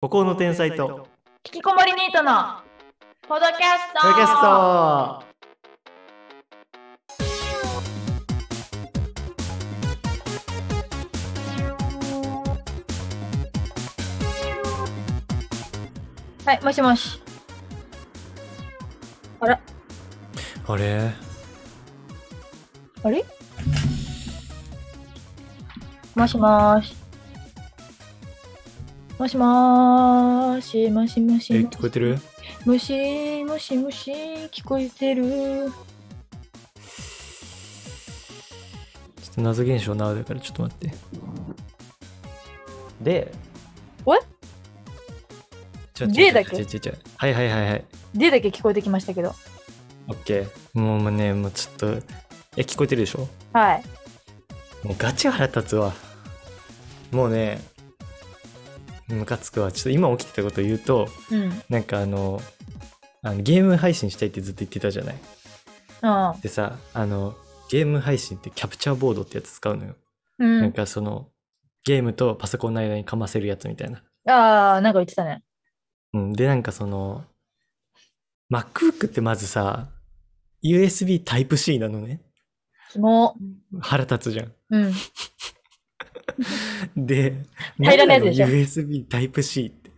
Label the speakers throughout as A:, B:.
A: 孤高の天才と
B: 引きこもりニートのポドキャスト
A: プロキャスト
B: はいもしもしあら
A: あれ
B: あれもしもーしもしもーしもしもし
A: え
B: もし
A: 聞こえてる
B: もしもしもし聞こえてる
A: ちょっと謎現象なだからちょっと待ってで
B: おい
A: ちょちょ
B: でだけ
A: ちょちょちょはいはいはいはい
B: でだけ聞こえてきましたけど
A: オッケーもうねもうちょっとえ聞こえてるでしょ
B: はい
A: もうガチ腹立つわもうねムカつくわちょっと今起きてたこと言うと
B: うん
A: なんかあのあのゲーム配信したいってずっと言ってたじゃない
B: あ
A: でさあのゲーム配信ってキャプチャーボードってやつ使うのよ、
B: う
A: なん
B: ん
A: かそのゲームとパソコンの間にかませるやつみたいな、
B: ああなんか言ってたね
A: うん、でなんかその MacBook ってまずさ USB Type-C なのね
B: キモ
A: 腹立つじゃん
B: うん
A: で
B: 平らなやつでしょ
A: USB Type-C って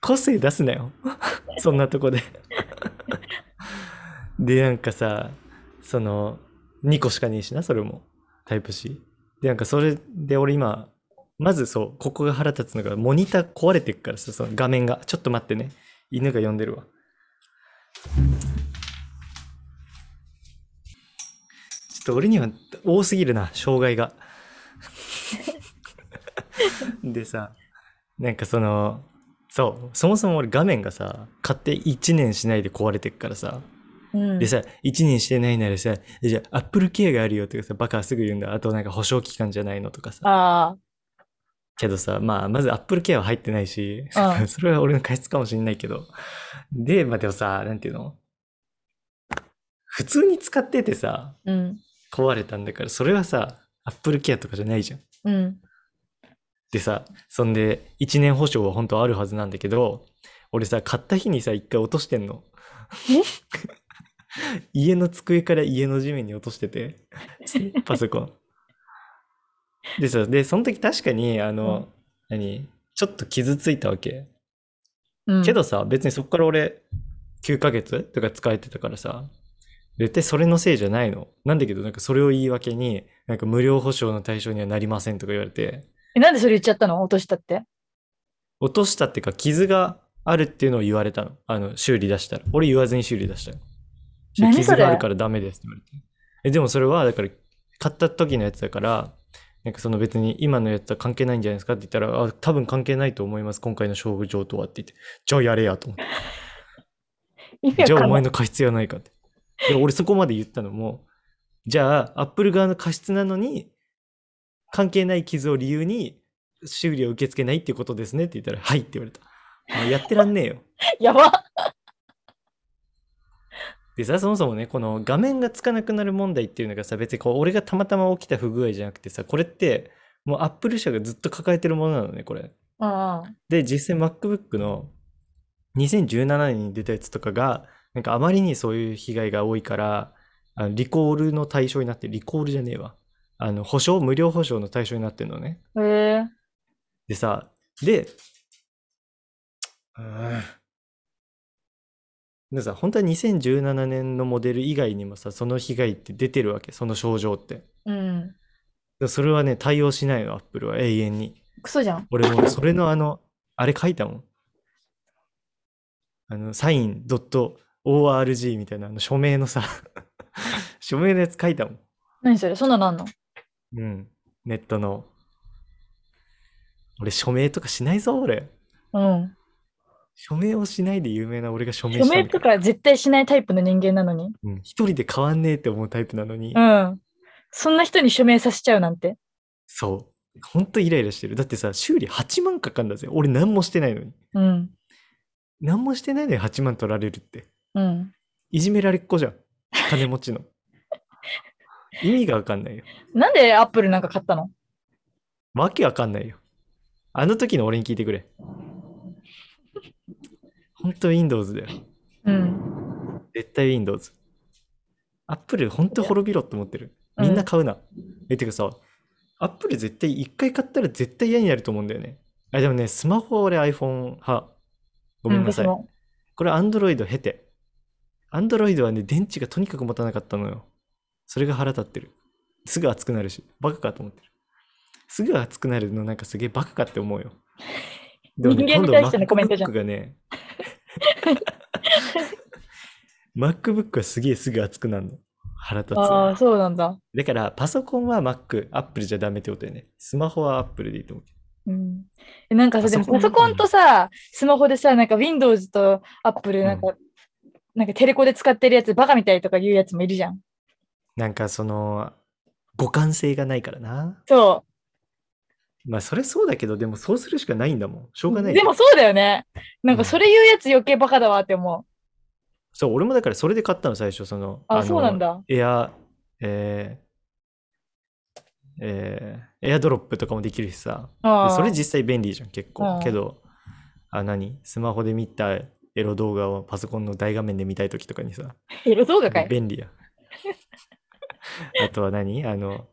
A: 個性出すな よそんなとこででなんかさその2個しかねえしなそれも Type-C でなんかそれで俺今まずそうここが腹立つのがモニター壊れてるからさその画面がちょっと待ってね犬が呼んでるわちょっと俺には多すぎるな障害がでさなんかそのそうそもそも俺画面がさ買って1年しないで壊れてっからさ
B: うん
A: でさ1年してないならさえじゃあアップルケアがあるよとかさバカはすぐ言うんだあとなんか保証期間じゃないのとかさ
B: あ
A: けどさまあまずアップルケアは入ってないし、
B: うん
A: それは俺の過失かもしれないけどでまあでもさなんていうの普通に使っててさ
B: あうん
A: 壊れたんだからそれはさアップルケアとかじゃないじゃん
B: うん
A: でさそんで1年保証は本当はあるはずなんだけど俺さ買った日にさ一回落としてんの 家の机から家の地面に落としててパソコンでさでその時確かにあの、
B: うん
A: 何ちょっと傷ついたわけ
B: うん
A: けどさ別にそこから俺9ヶ月とか使えてたからさ絶対それのせいじゃないのなんだけどなんかそれを言い訳になんか無料保証の対象にはなりませんとか言われて
B: えなんでそれ言っちゃったの落としたって
A: 落としたっていうか傷があるっていうのを言われたのあの修理出したら俺言わずに修理出したの
B: 何それ
A: 傷があるからダメですって言われてえでもそれはだから買った時のやつだからなんかその別に今のやつは関係ないんじゃないですかって言ったらあ多分関係ないと思います今回の症状とはって言ってじゃあやれやと思って
B: 意味
A: じ
B: わ
A: ゃ
B: か
A: あ
B: んな
A: お前
B: い
A: の過失やないかって。で俺そこまで言ったのも、じゃあアップル側の過失なのに、関係ない傷を理由に修理を受け付けないっていうことですねって言ったら、はいって言われた。あやってらんねえよ。
B: やば
A: でさ、そもそもね、この画面がつかなくなる問題っていうのがさ、別にこう俺がたまたま起きた不具合じゃなくてさ、これってもうアップル社がずっと抱えてるものなのね、これ。
B: うん
A: で実際 MacBook の2017年に出たやつとかがなんかあまりにそういう被害が多いからあのリコールの対象になってリコールじゃねえわあの保証無料保証の対象になってるのね
B: うん。へえ
A: でさでうんでさ本当は2017年のモデル以外にもさその被害って出てるわけその症状って
B: うん。
A: でもそれはね対応しないのアップルは永遠に
B: クソじゃん。
A: 俺もうそれのあの、あれ書いたもん。あの、サイン .org みたいなあの署名のさ、 署名のやつ書いたもん。
B: 何それそんなのあんの
A: うん。ネットの。俺、署名とかしないぞ、俺。
B: うん。
A: 署名をしないで有名な俺が署名
B: 署
A: した
B: 名
A: んだ
B: と
A: から。
B: か絶対しないタイプの人間なのに。
A: うん。一人で変わんねえって思うタイプなのに、
B: うん。そんな人に署名させちゃうなんて。
A: そう。ほんとイライラしてる。だってさ、修理8万かかんだぜ。俺何もしてないのに。
B: うん。
A: 何もしてないのに8万取られるって。
B: うん。
A: いじめられっ子じゃん。金持ちの。意味がわかんないよ。
B: なんでアップルなんか買ったの
A: わけわかんないよ。あの時の俺に聞いてくれ。本当 Windows だよ。
B: うん。
A: 絶対 Windows。Apple 本当滅びろって思ってる。みんな買うな。え、てかさ、Apple 絶対一回買ったら絶対嫌になると思うんだよね。あ、でもね、スマホは俺 iPhone 派。ごめんなさい。
B: う私も
A: これ Android 経て。Android はね、電池がとにかく持たなかったのよ。それが腹立ってる。すぐ熱くなるし、バカかと思ってる。すぐ熱くなるのなんかすげえバカかって思うよ。でもね
B: 人間に対してのコメントじゃん
A: MacBook がね、MacBook はすげえすぐ熱くなるの。腹立つ。
B: ああ、そうなんだ。
A: だからパソコンは Mac、Apple じゃダメってことだよね。スマホは Apple でいいと思うけど。
B: うん、えなんかさ、
A: パ
B: で
A: ソ
B: も
A: コン
B: パソコンとさ、スマホでさ、なんか Windows と Apple なんか、なんかテレコで使ってるやつバカみたいとか言うやつもいるじゃん。
A: なんかその、互換性がないからな。
B: そ
A: まあそれそうだけど、でもそうするしかないんだもん。しょうが
B: う。
A: ない。
B: でも、そうだよね。なん
A: う
B: か
A: ん
B: それ言うやつ余計バカだわって思
A: そう、俺もだからそれで買ったの、最初、その、
B: う。あ、
A: の
B: そうなん。だ。
A: エア、えー、えーエアドロップとかもできるしさ。で
B: あー
A: それ実際便利じゃん、結
B: う
A: 構
B: ん。
A: けど、あ、何スマホで見たエロ動画をパソコンの大画面で見たいときとかにさ、
B: エロ動画かい。
A: 便利や。あとは何あの、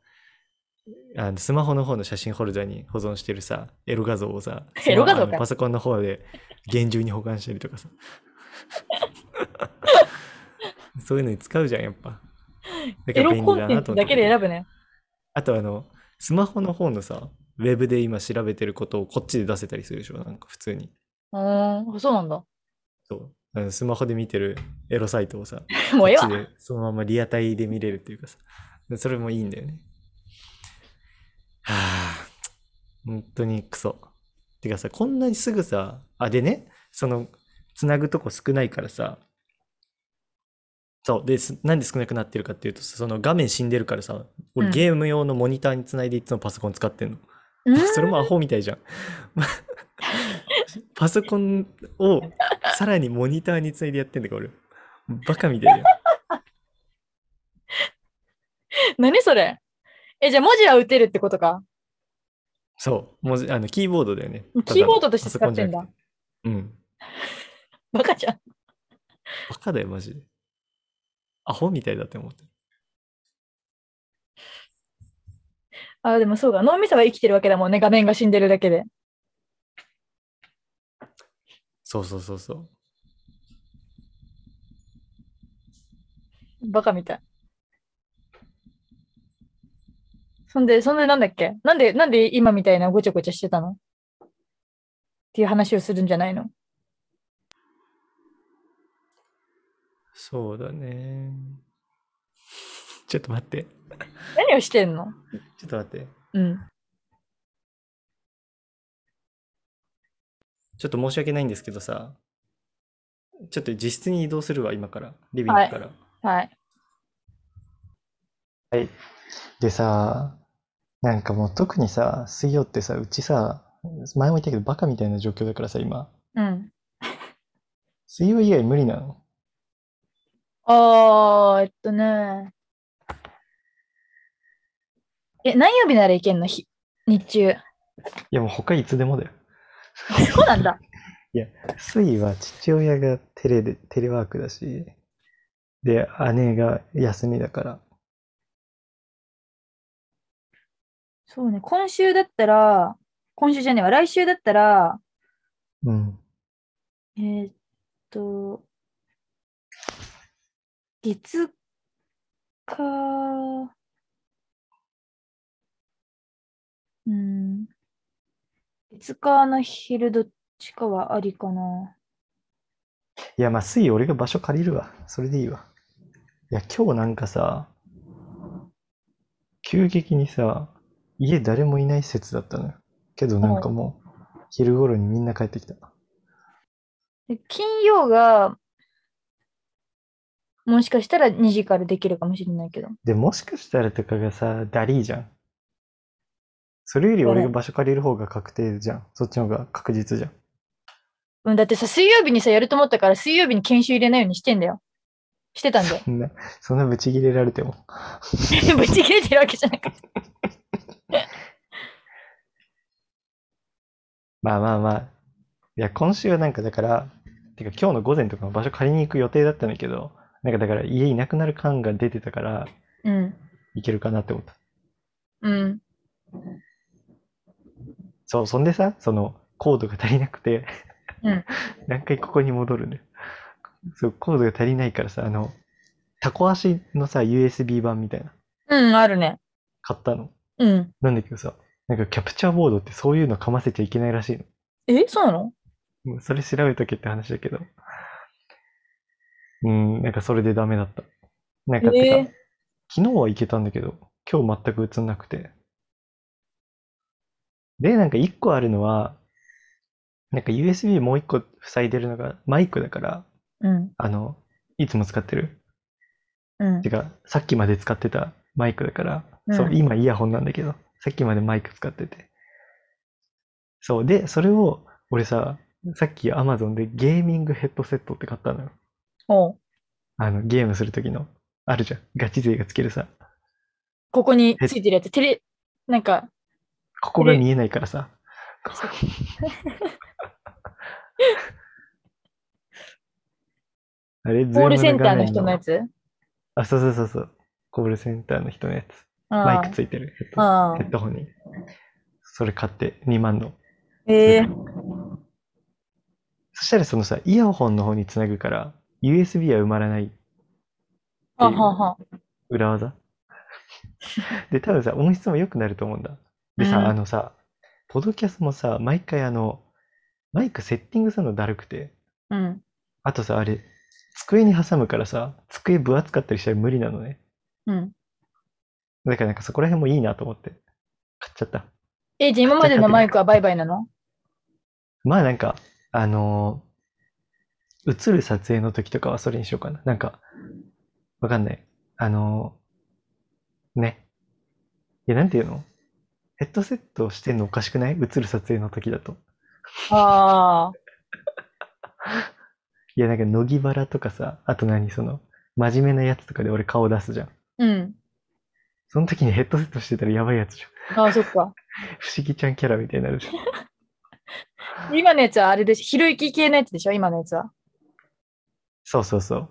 A: あのスマホの方の写真ホルダーに保存してるさ、エロ画像をさ、その
B: エロ画像か
A: あのパソコンの方で厳重に保管したり とかさ。そういうのに使うじゃん、やっぱ。だ
B: エ
A: から
B: ロ
A: 便
B: コ
A: 利
B: ン
A: だ
B: テ
A: な
B: ン
A: と
B: ツ
A: 思っ
B: だ
A: て
B: けで選ぶね。
A: あとあの、スマホの方のさ、ウェブで今調べてることをこっちで出せたりするでしょ、なんか普通に。
B: うーん、そうなんだ。
A: そう。あのスマホで見てるエロサイトをさ、
B: もうええ
A: こっ
B: わ
A: ち。でそのままリアタイで見れるっていうかさ、でそれもいいんだよね。はあ、本当にクソ。てかさ、こんなにすぐさ、あ、でね、その、つなぐとこ少ないからさ、そう、です、なんで少なくなってるかっていうとさ、その画面死んでるからさ、
B: う
A: 俺
B: ん
A: ゲーム用のモニターにつないでいつもパソコン使ってんの。
B: うーん
A: それもアホみた いじゃん。パソコンをさらにモニターにつないでやってんだから俺。バカみたいだよ。
B: 何それえ、じゃあ文字は打てるってことか。
A: そう。もうあのキーボードだよね。
B: キーボードとして
A: ただの
B: 使ってんだ
A: パソコンじゃなくて
B: バカじゃん。
A: うん。バカだよ、マジで。アホみたいだって思ってる。
B: あ、でもそうか。脳みそは生きてるわけだもんね。画面が死んでるだけで。
A: そうそうそうそう。
B: バカみたい。そんで、そんでなんだっけなんで、なんで今みたいなごちゃごちゃしてたのっていう話をするんじゃないの
A: そうだね。ちょっと待って。
B: 何をしてんの
A: ちょっと待って。
B: うん。
A: ちょっと申し訳ないんですけどさ。ちょっと自室に移動するわ、今から。リビング
B: はい
A: から。
B: はい。
A: でさ、なんかもう特にさ、水曜ってさ、うちさ、前も言ったけどバカみたいな状況だからさ、今。
B: うん。
A: 水曜以外無理なの。
B: あー、えっとね。え、何曜日ならいけんの日日中。
A: いやもう他いつでもだよ。
B: そうなんだ。
A: 水は父親がテレで、テレワークだし、で、姉が休みだから。
B: そうね。今週だったら、今週じゃねえわ。来週だったら、
A: うん。
B: えーっと、月か、うん、月かの昼どっちかはありかな。
A: いやまあ水俺が場所借りるわ。それでいいわ。いや今日なんかさ、急激にさ、家誰もいない説だったのよ。けどなんかもう、昼頃にみんな帰ってきた。
B: で金曜が、もしかしたら2時からできるかもしれないけど。
A: で、もしかしたらとかがさ、ダリーじゃん。それより俺が場所借りる方が確定じゃん。そっちの方が確実じゃん。
B: うん、だってさ、水曜日にさ、やると思ったから、水曜日に研修入れないようにしてんだよ。してたん だよ。
A: そんな、そんなブチ切れられても。
B: ぶち切れてるわけじゃなくて。
A: まあまあまあ。いや、今週はなんかだから、てか今日の午前とかも場所借りに行く予定だったんだけど、なんかだから家いなくなる感が出てたから、
B: うん。
A: 行けるかなって思った。
B: うん。
A: そう、そんでさ、その、コードが足りなくて、
B: うん
A: 何回ここに戻るんだよ。そう、コードが足りないからさ、あの、タコ足のさ、USB 版みたいな、
B: うん、あるね。
A: 買ったの。
B: うん。
A: なんだけどさ、なんかキャプチャーボードってそういうのかませちゃいけないらしいの。
B: え、そうなの
A: もうそれ調べとけって話だけど。うん、なんかそれでダメだった。なんかってか、
B: えー
A: 昨日は行けたんだけど、今日全く映んなくて。で、なんか一個あるのは、なんか USB もう一個塞いでるのがマイクだから、
B: うん。
A: あの、いつも使ってる。
B: うん
A: て。か、さっきまで使ってたマイクだから、
B: うん
A: そう、今イヤホンなんだけど、さっきまでマイク使ってて。そう、で、それを、俺さ、さっき Amazon でゲーミングヘッドセットって買ったのよ。
B: おう
A: あの、ゲームするときの、あるじゃん。ガチ勢がつけるさ。
B: ここについてるやつ、テレ、なんか、
A: ここが見えないからさ。あれ、ズ
B: コールセン
A: ム
B: ター
A: 画
B: の
A: 面
B: 人のやつ
A: あ、そうそうそうそう。コールセンターの人のやつ。
B: マ
A: マイクついてるヘッド
B: ああ
A: ヘッドホンに。それ買って2万の。
B: ええ
A: そしたらそのさ、イヤホンの方につなぐから、USB は埋まらない
B: あはあはあ。
A: 裏 技。で、多分さ、音質も良くなると思うんだ。でさ、
B: うん
A: あのさ、ポドキャスもさ、毎回あの、マイクセッティングするのだるくて、
B: うん。
A: あとさ、あれ、机に挟むからさ、机分厚かったりしたら無理なのね。
B: うん。
A: だからなんかそこら辺もいいなと思って、買っちゃった。
B: えじゃあ今までのマイクはバイバイなの
A: まあなんか、あのー映る撮影の時とかはそれにしようかな。なんか、わかんない。あのーね。いや、なんていうのヘッドセットしてんのおかしくない映る撮影の時だと。
B: ああ。
A: いや、なんか、乃木バラとかさ、あと何、その、真面目なやつとかで俺顔出すじゃん。
B: うん。
A: その時にヘッドセットしてたらやばいやつじゃん。
B: ああ、そっか。
A: 不思議ちゃんキャラみたいになるじゃん。
B: 今のやつはあれでしょ。ひろゆき系のやつでしょ今のやつは。
A: そうそうそう。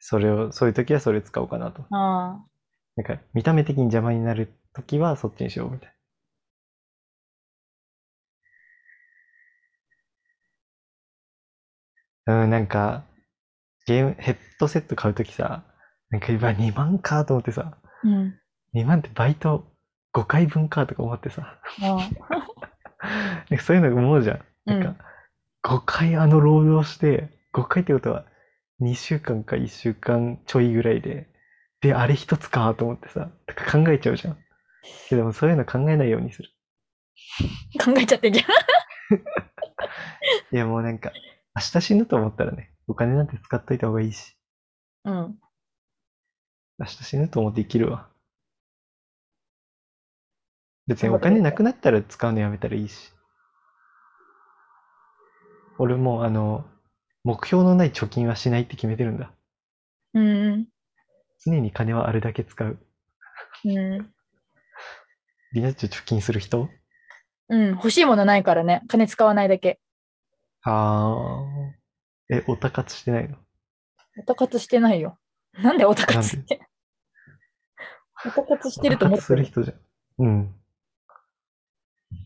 A: それを、そういう時はそれ使おうかなと。
B: ああ。
A: なんか、見た目的に邪魔になるときは、そっちにしようみたいな。うん、なんか、ゲーム、ヘッドセット買うときさ、なんか今2万かと思ってさ、
B: うん。
A: 2万ってバイト5回分かとか思ってさ、
B: あ
A: なんかそういうの思うじゃん。なんか、5回あの労働して、5回ってことは、2週間か1週間ちょいぐらいで、で、あれ一つかと思ってさ、とか考えちゃうじゃん。けどもそういうの考えないようにする。
B: あ。考えちゃ ってんじゃん。
A: いやもうなんか、明日死ぬと思ったらね、お金なんて使っといた方がいいし、
B: うん。
A: 明日死ぬと思って生きるわ。別に
B: そ
A: お
B: うだね
A: 金なくなったら使うのやめたらいいし。俺もうあの、目標のない貯金はしないって決めてるんだ。
B: うん。
A: 常に金はあるだけ使う。
B: うん。
A: リナッチョ貯金する人
B: うん。欲しいものないからね。金使わないだけ。
A: ああ。え、オタ活してないの
B: オタ活してないよ。なんでオタ活
A: な
B: っ
A: ん
B: て。オタ活してると
A: オタ
B: 思っ
A: 活す
B: て
A: る
B: る。
A: 人じゃん。うん。だ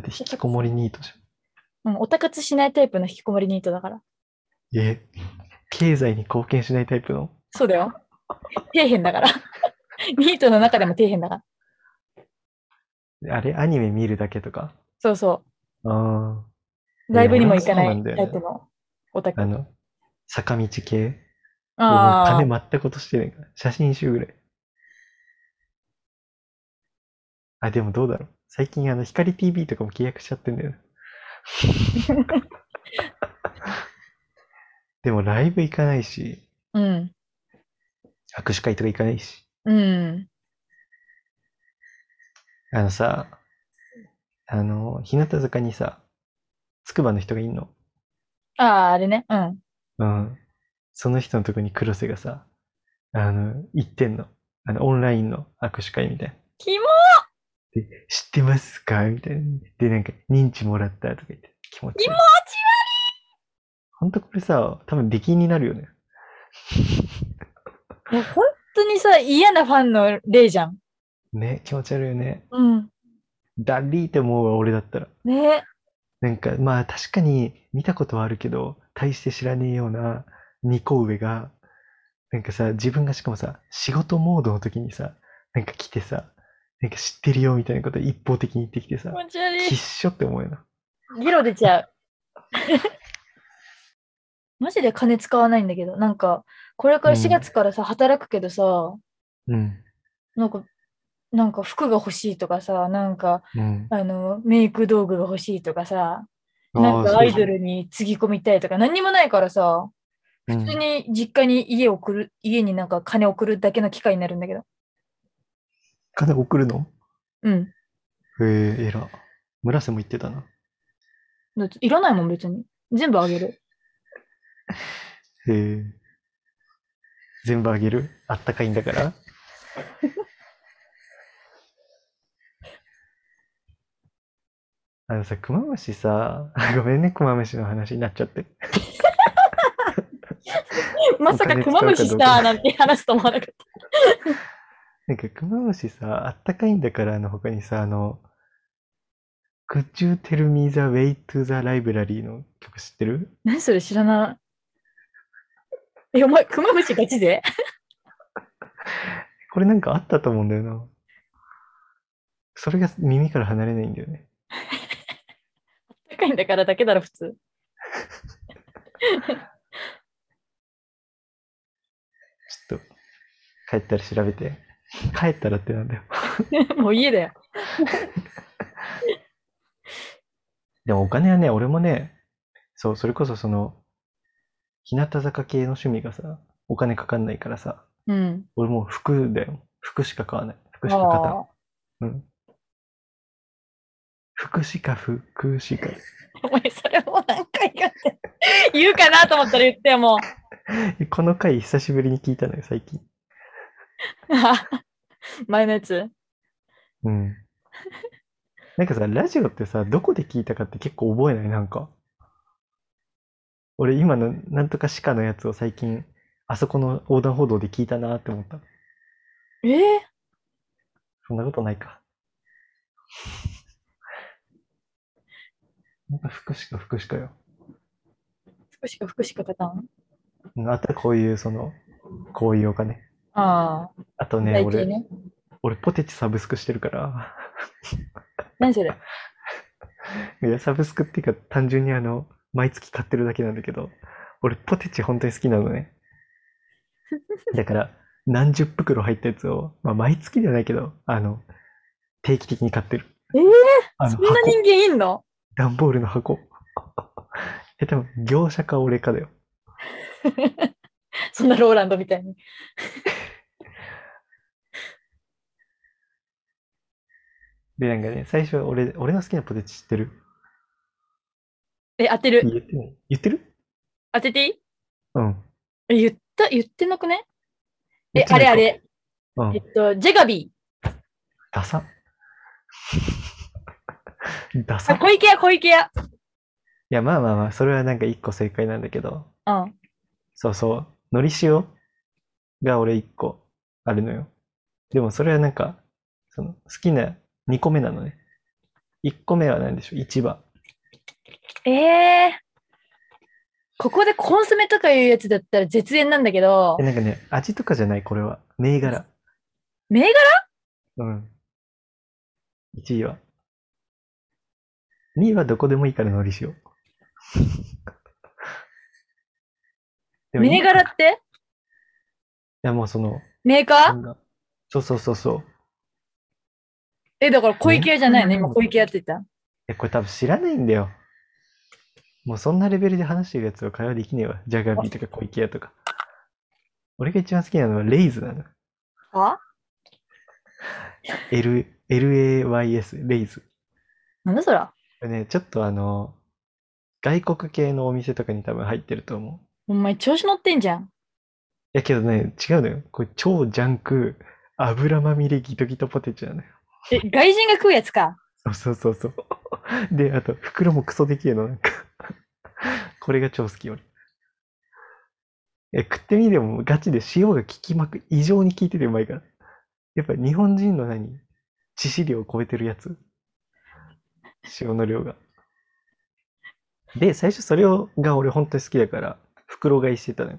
A: って引きこもりニートじ
B: うん。オタ活しないタイプの引きこもりニートだから。
A: ゃん。え、経済に貢献しないタイプの
B: そうだよ。底辺だから。 ニートの中でも底辺だから。
A: あれアニメ見るだけとか
B: そうそ
A: あ
B: う。ライブにも行かない
A: や
B: い
A: 俺もそうなんだよ
B: タ
A: ね
B: イプのオタク。
A: あ。あの、坂道系
B: あ
A: 俺
B: ー
A: もう金全く落としてないから。写真集ぐらい。あ、でもどうだろう。最近あの、光 TV とかも契約しちゃってんだよ ね。でもライブ行かないし、
B: うん。
A: 握手会とか行かないし。
B: うん。
A: あのさ、あの、日向坂にさ、筑波の人がいんの。
B: ああ、あれね。うん。
A: うん。その人のとこに黒瀬がさ、あの、行ってんの。あの、オンラインの握手会みたいな。
B: キモ
A: で、知ってますかみたいな。で、なんか、認知もらったとか言って、気持ちいい。
B: 気持ち悪い
A: ほんとこれさ、多分出禁になるよね。
B: もう本当にさ、嫌なファンの例じゃん。
A: ね、気持ち悪いよね。
B: うん。
A: ダリーって思うわ、俺だったら。
B: ね。
A: なんか、まあ確かに見たことはあるけど、大して知らねえような2個上が、なんかさ、自分がしかもさ、仕事モードの時にさ、なんか来てさ、なんか知ってるよみたいなこと一方的に言ってきてさ
B: 気、持ち悪
A: 必
B: い。
A: 勝って思うよな。
B: 議論出ちゃう。 マジで金使わないんだけど、なんか、これから
A: うん
B: 4月からさ、働くけどさ、
A: うん。
B: なんか、なんか服が欲しいとかさ、なんか、
A: うん。
B: あの、メイク道具が欲しいとかさ、
A: あー
B: なん
A: そう
B: かアイド
A: そう
B: ルにつぎ込みたいとか、何にもないからさ、
A: うん
B: 普通に実家に家を送る、家になんか金送るだけの機会になるんだけど。
A: 金送るの
B: うん。
A: へえ、えら。村瀬も言ってたな。
B: だっていらないもん、別に。全部あげる。
A: へえ。全部あげるあったかいんだから。 あのさ、クマムシさ、 あごめんね、クマムシの話になっちゃって。
B: まさか
A: お金
B: クマムシ
A: 使
B: し
A: うかどう
B: た
A: か
B: なんて話すと思わなかっ
A: なんか、クマムシさ、あったかいんだからの他にさ、あの、Could you tell me the way to the library の曲知って
B: た。
A: る
B: 何それ知らない。え、お前、クマムシガチで
A: これなんかあったと思うんだよな。それが耳から離れないんだよね。
B: 高いんだからだけだろ、普通。
A: ちょっと、帰ったら調べて。帰ったらってなんだよ。
B: もう家だよ。
A: でもお金はね、俺もね、そう、それこそその、日向坂系の趣味がさ、お金かかんないからさ、
B: うん。
A: 俺もう服だよ。服しか買わない。服しか買わ
B: あ
A: ない。うん。服しか服しか。
B: あ、お前、それもう何回言って。 言うかなと思ったら言ってよ、もう。
A: この回久しぶりに聞いたのよ、最近。
B: 前のやつ。
A: うん。なんかさ、ラジオってさ、どこで聞いたかって結構覚えないなんか。俺今のなんとかしかのやつを最近、あそこの横断歩道で聞いたなって思った。
B: えー、
A: そんなことないか。なんか福祉か福祉かよ。
B: 福祉か福祉かパターン
A: うんあとはこういう、その、こういうお金。
B: ああ、
A: あとね、
B: 最近
A: 俺、
B: ね。
A: 俺ポテチサブスクしてるから。
B: 何それ
A: いや、サブスクっていうか、単純にあの、毎月買ってるだけなんだけど、俺ポテチ本当に好きな のね。だから、何十袋入ったやつを、まあ毎月じゃないけど、あの、定期的に買ってる。
B: えー
A: あ
B: そ
A: の
B: んな
A: 箱
B: 人間いんの
A: 段ボールの箱。え、多分、業者か俺かだよ。
B: そんなローランドみたいに。
A: で、なんかね、最初は俺、俺の好きなポテチ知ってる
B: え、当てる。
A: 言ってない言ってる
B: 当てていい
A: うん。
B: え、言った、言ってなくねえ
A: 言っ、て
B: あ
A: ない
B: れ
A: か
B: あれ。
A: う
B: えっ
A: ん。
B: と、ジェガビ
A: ダサ。ダ
B: ー。あ、
A: サ。
B: 小池屋、小池屋。
A: いや、まあまあまあ、それはなんか一個正解なんだけど、
B: うん。
A: そうそう、のり塩が俺一個あるのよ。でもそれはなんか、その好きな二個目なのね。一個目は何でしょう一番。
B: ええここでコンソメとかいうやつだったら絶縁なんだけど
A: え、なんかね、味とかじゃない、これは。銘柄。
B: 銘柄
A: うん。1位は。2位はどこでもいいからのり塩。でもいい
B: 銘柄
A: い
B: って
A: や、もうその、
B: メーカー
A: なんだそうそうそうそう。
B: え、だから小池屋じゃないね。
A: 銘柄
B: 今小池屋って言っ
A: え、これ多分知らないんだよ。もうそんなレベルで話してるやつは会話できねえわ。ジャガビーとか小池屋とか。俺が一番好きなのはレイズなの。
B: た。は
A: L、LAYS、レイズ。
B: なんだそら。
A: これね、ちょっとあの、外国系のお店とかに多分入ってると思う。
B: お前調子乗ってんじゃん。
A: いやけどね、違うのよ。これ超ジャンク、油まみれギトギトポテチなのよ。
B: え、外人が食うやつか。
A: そうそうそうそう。で、あと、袋もクソできえの、なんか。これが超好き、俺。え、食ってみてもガチで塩が効きまく、異常に効いててうまいから。やっぱ日本人の何致死量を超えてるやつ。塩の量が。で、最初それをが俺本当に好きだから、袋買いしてたのよ。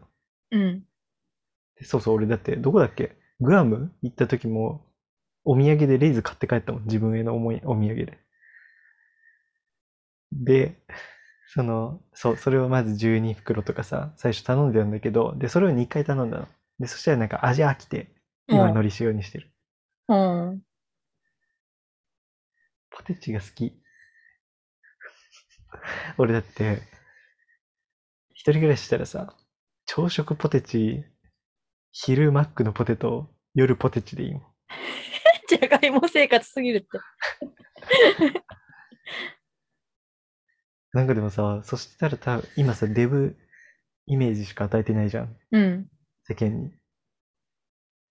B: うん。
A: でそうそう、俺だって、どこだっけグアム行った時も、お土産でレイズ買って帰ったもん。自分への思い、お土産で。で、その、そう、それをまず12袋とかさ、最初頼んでたんだけど、で、それを2回頼んだの。で、そしたらなんか味飽きて、今海苔塩にしてる。
B: うん。うん
A: ポテチが好き。 俺だって、一人暮らししたらさ、朝食ポテチ、昼マックのポテト、夜ポテチでいいもん。
B: じゃがいも生活すぎるって。
A: なんかでもさ、そしたら多分、今さ、デブイメージしか与えてないじゃん、
B: うん。
A: 世間に。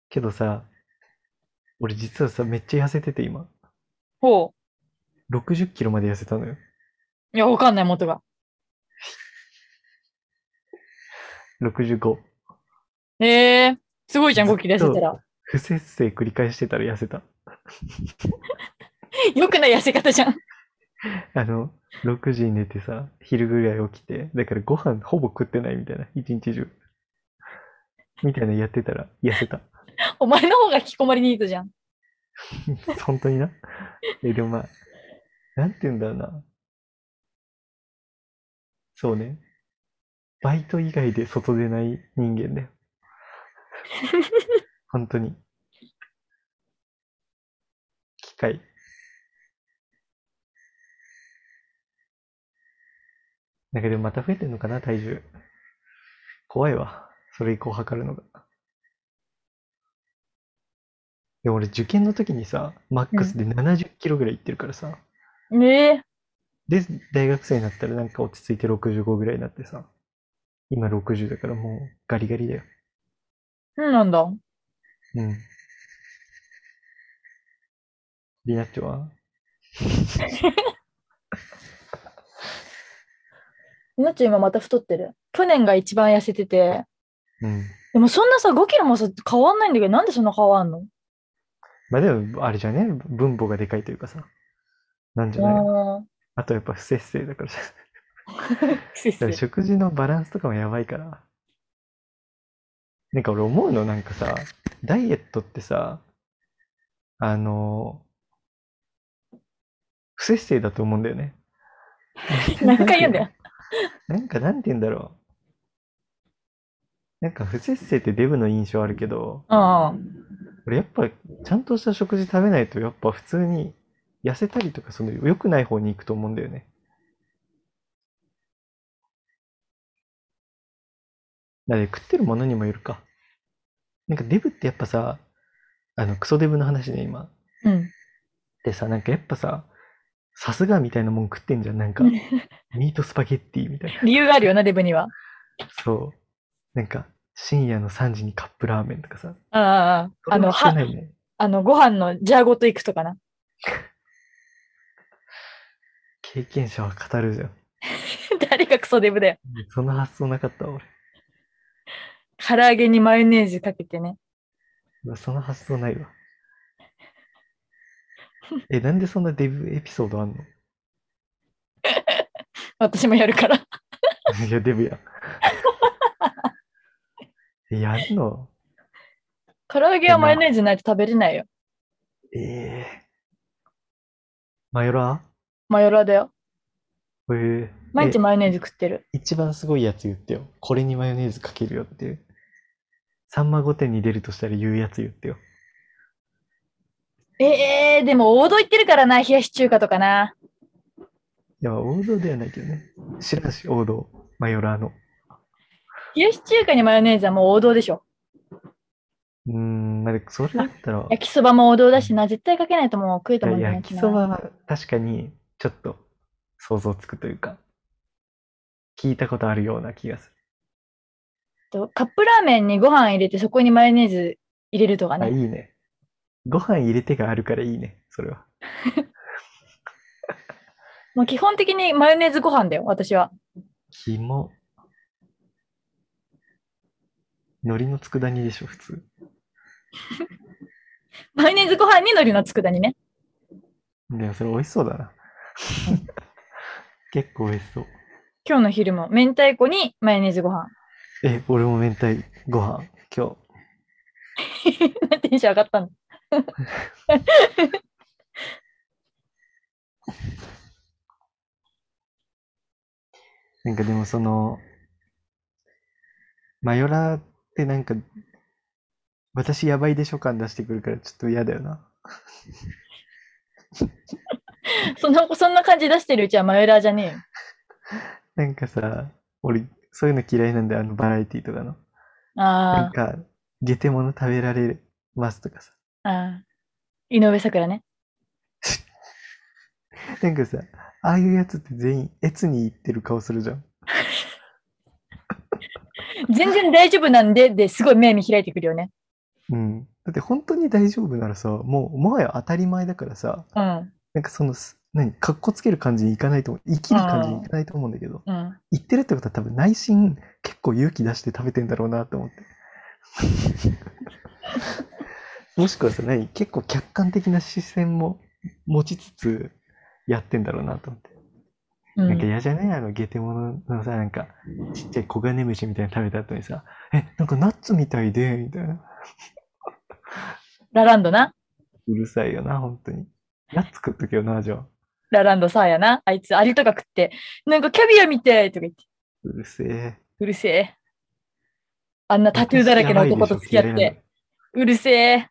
A: けどさ、俺実はさ、めっちゃ痩せてて今。
B: ほ
A: 60キロまで痩せたのよ。
B: う。いや、わかんない、元が。
A: 65。
B: へえすごいじゃん、5キロ痩せたら。
A: 不節制繰り返してたら痩せた。
B: よくない痩せ方じゃん。
A: あの、6時に寝てさ、昼ぐらい起きて、だからご飯ほぼ食ってないみたいな、一日中。みたいなのやってたら痩せた。
B: お前の方が引きこもりニートじゃん。
A: 本当にな。え、でもまあ、なんて言うんだろうな。そうね。バイト以外で外出ない人間だよ。本当に。機械。だけどまた増えてんのかな、体重。怖いわ。それ以降測るのが。でも俺受験の時にさ、マックスで70キロぐらいいってるからさ。
B: ねえ
A: で、大学生になったらなんか落ち着いて65ぐらいになってさ、今60だからもうガリガリだよ。
B: うんなんだ。
A: うん。リナッチョは
B: なっちゃん今また太ってる。去年が一番痩せてて。
A: うん。
B: でもそんなさ、5キロもさ、変わんないんだけど、なんでそんな変わんの
A: まあでも、あれじゃね、分母がでかいというかさ、なんじゃない
B: あ
A: あとやっぱ不節制だからさ。
B: あ。不摂
A: だか
B: 生
A: ら食事のバランスとかもやばいから。なんか俺思うの、なんかさ、ダイエットってさ、あの不摂生だと思うんだよね。
B: 何回言うんだよ。
A: なんかなんて言うんだろう。なんか不摂生ってデブの印象あるけど、
B: ああ。
A: 俺やっぱちゃんとした食事食べないとやっぱ普通に痩せたりとかその良くない方に行くと思うんだよね。だって食ってるものにもよるか。なんかデブってやっぱさ、あのクソデブの話ね今。
B: うん。
A: でさ、なんかやっぱさ、さすがみたいなもん食ってんじゃん。なん かミートスパゲッティみたいな。
B: 理由があるよな、デブには。
A: そう。なんか深夜の3時にカップラーメンとかさ。
B: ああああ。あの、
A: そ
B: は
A: れはして、ないね。
B: あの、ご飯のジャーごと行くとかな。
A: 経験者は語るじゃん。
B: 誰がクソデブだよ。
A: その発想なかったわ俺。
B: 唐揚げにマヨネーズかけてね。
A: うわその発想ない わ。え、なんでそんなデブエピソードあんの
B: 私もやるから。
A: いや、デブや。えやるの
B: 唐揚げはマヨネーズないと食べれないよ。
A: ええマヨラ
B: マヨラーだよ。
A: ーえー
B: 毎日
A: え
B: マヨネーズ食ってる。
A: 一番すごいやつ言ってよ。これにマヨネーズかけるよっていう。さんま御殿に出るとしたら言うやつ言ってよ。
B: ええー、でも王道行ってるからな、冷やし中華とかな。
A: いや、王道ではないけどね。知らんし、王道。マヨラーの。
B: 冷やし中華にマヨネーズはもう王道でしょ。
A: うーん、まあでそれだったら。
B: 焼きそばも王道だしな、絶対かけないともう食えたもん
A: い
B: じゃ
A: や
B: ない
A: 焼
B: しな
A: きそばは確かにちょっと想像つくというか聞いたことあるような気がす
B: とカップラーメンにご飯入れてそこにマヨネーズ入れるとか
A: るあい
B: ね。
A: いねご飯入れてがあるからいいねそれは。
B: もう基本的にマヨネーズご飯だよ、私は。
A: キモ。海苔の佃煮でしょ、普通。
B: マヨネーズご飯に海苔の佃煮ね。
A: でもそれ美味しそうだ な。結構美味しそう。
B: 今日の昼も明太子にマヨネーズご飯。
A: え、俺も明太ご飯、今日。
B: なんでテンション上がったの
A: なんかでもその、マヨラーってなんか、私やばいでしょ感出してくるからちょっと嫌だよな。
B: そんなそんな感じ出してるうちはマヨラーじゃねえよ。
A: なんかさ、俺、そういうの嫌いなんだよ、あのバラエティーとかの。なん
B: あ
A: か、ゲテモノ食べられますとかさ。
B: ーあー。井上桜ね。
A: なんかさ、ああいうやつって全員、エツに行ってる顔するじゃん。
B: 全然大丈夫なんで、ですごい目見開いてくるよね。
A: うん。だって本当に大丈夫ならさ、もう、もはや当たり前だからさ、
B: うん。
A: なんかその、す何、かっこつける感じにいかないと思う、生きる感じにいかないと思うんだけど、
B: うん。
A: 言ってるってことは多分内心、結構勇気出して食べてんだろうなと思って。 もしくはさ、何、結構客観的な視線も持ちつつ、やってんだろうなと思って。
B: う
A: なんか
B: ん、
A: 嫌じゃないあの、ゲテモノのさ、なんか、ちっちゃい黄金虫みたいなの食べた後にさ、え、なんかナッツみたいで、みたいな。
B: ラランドな。
A: うるさいよな、本当に。ナッツ食っとけよな、じゃあ。
B: ラランドさあやな。あいつ、アリとか食って、なんかキャビアみたいとか言って、
A: うるせえ。
B: うるせえ。あんなタトゥーだらけの男と付き合って、うるせえ。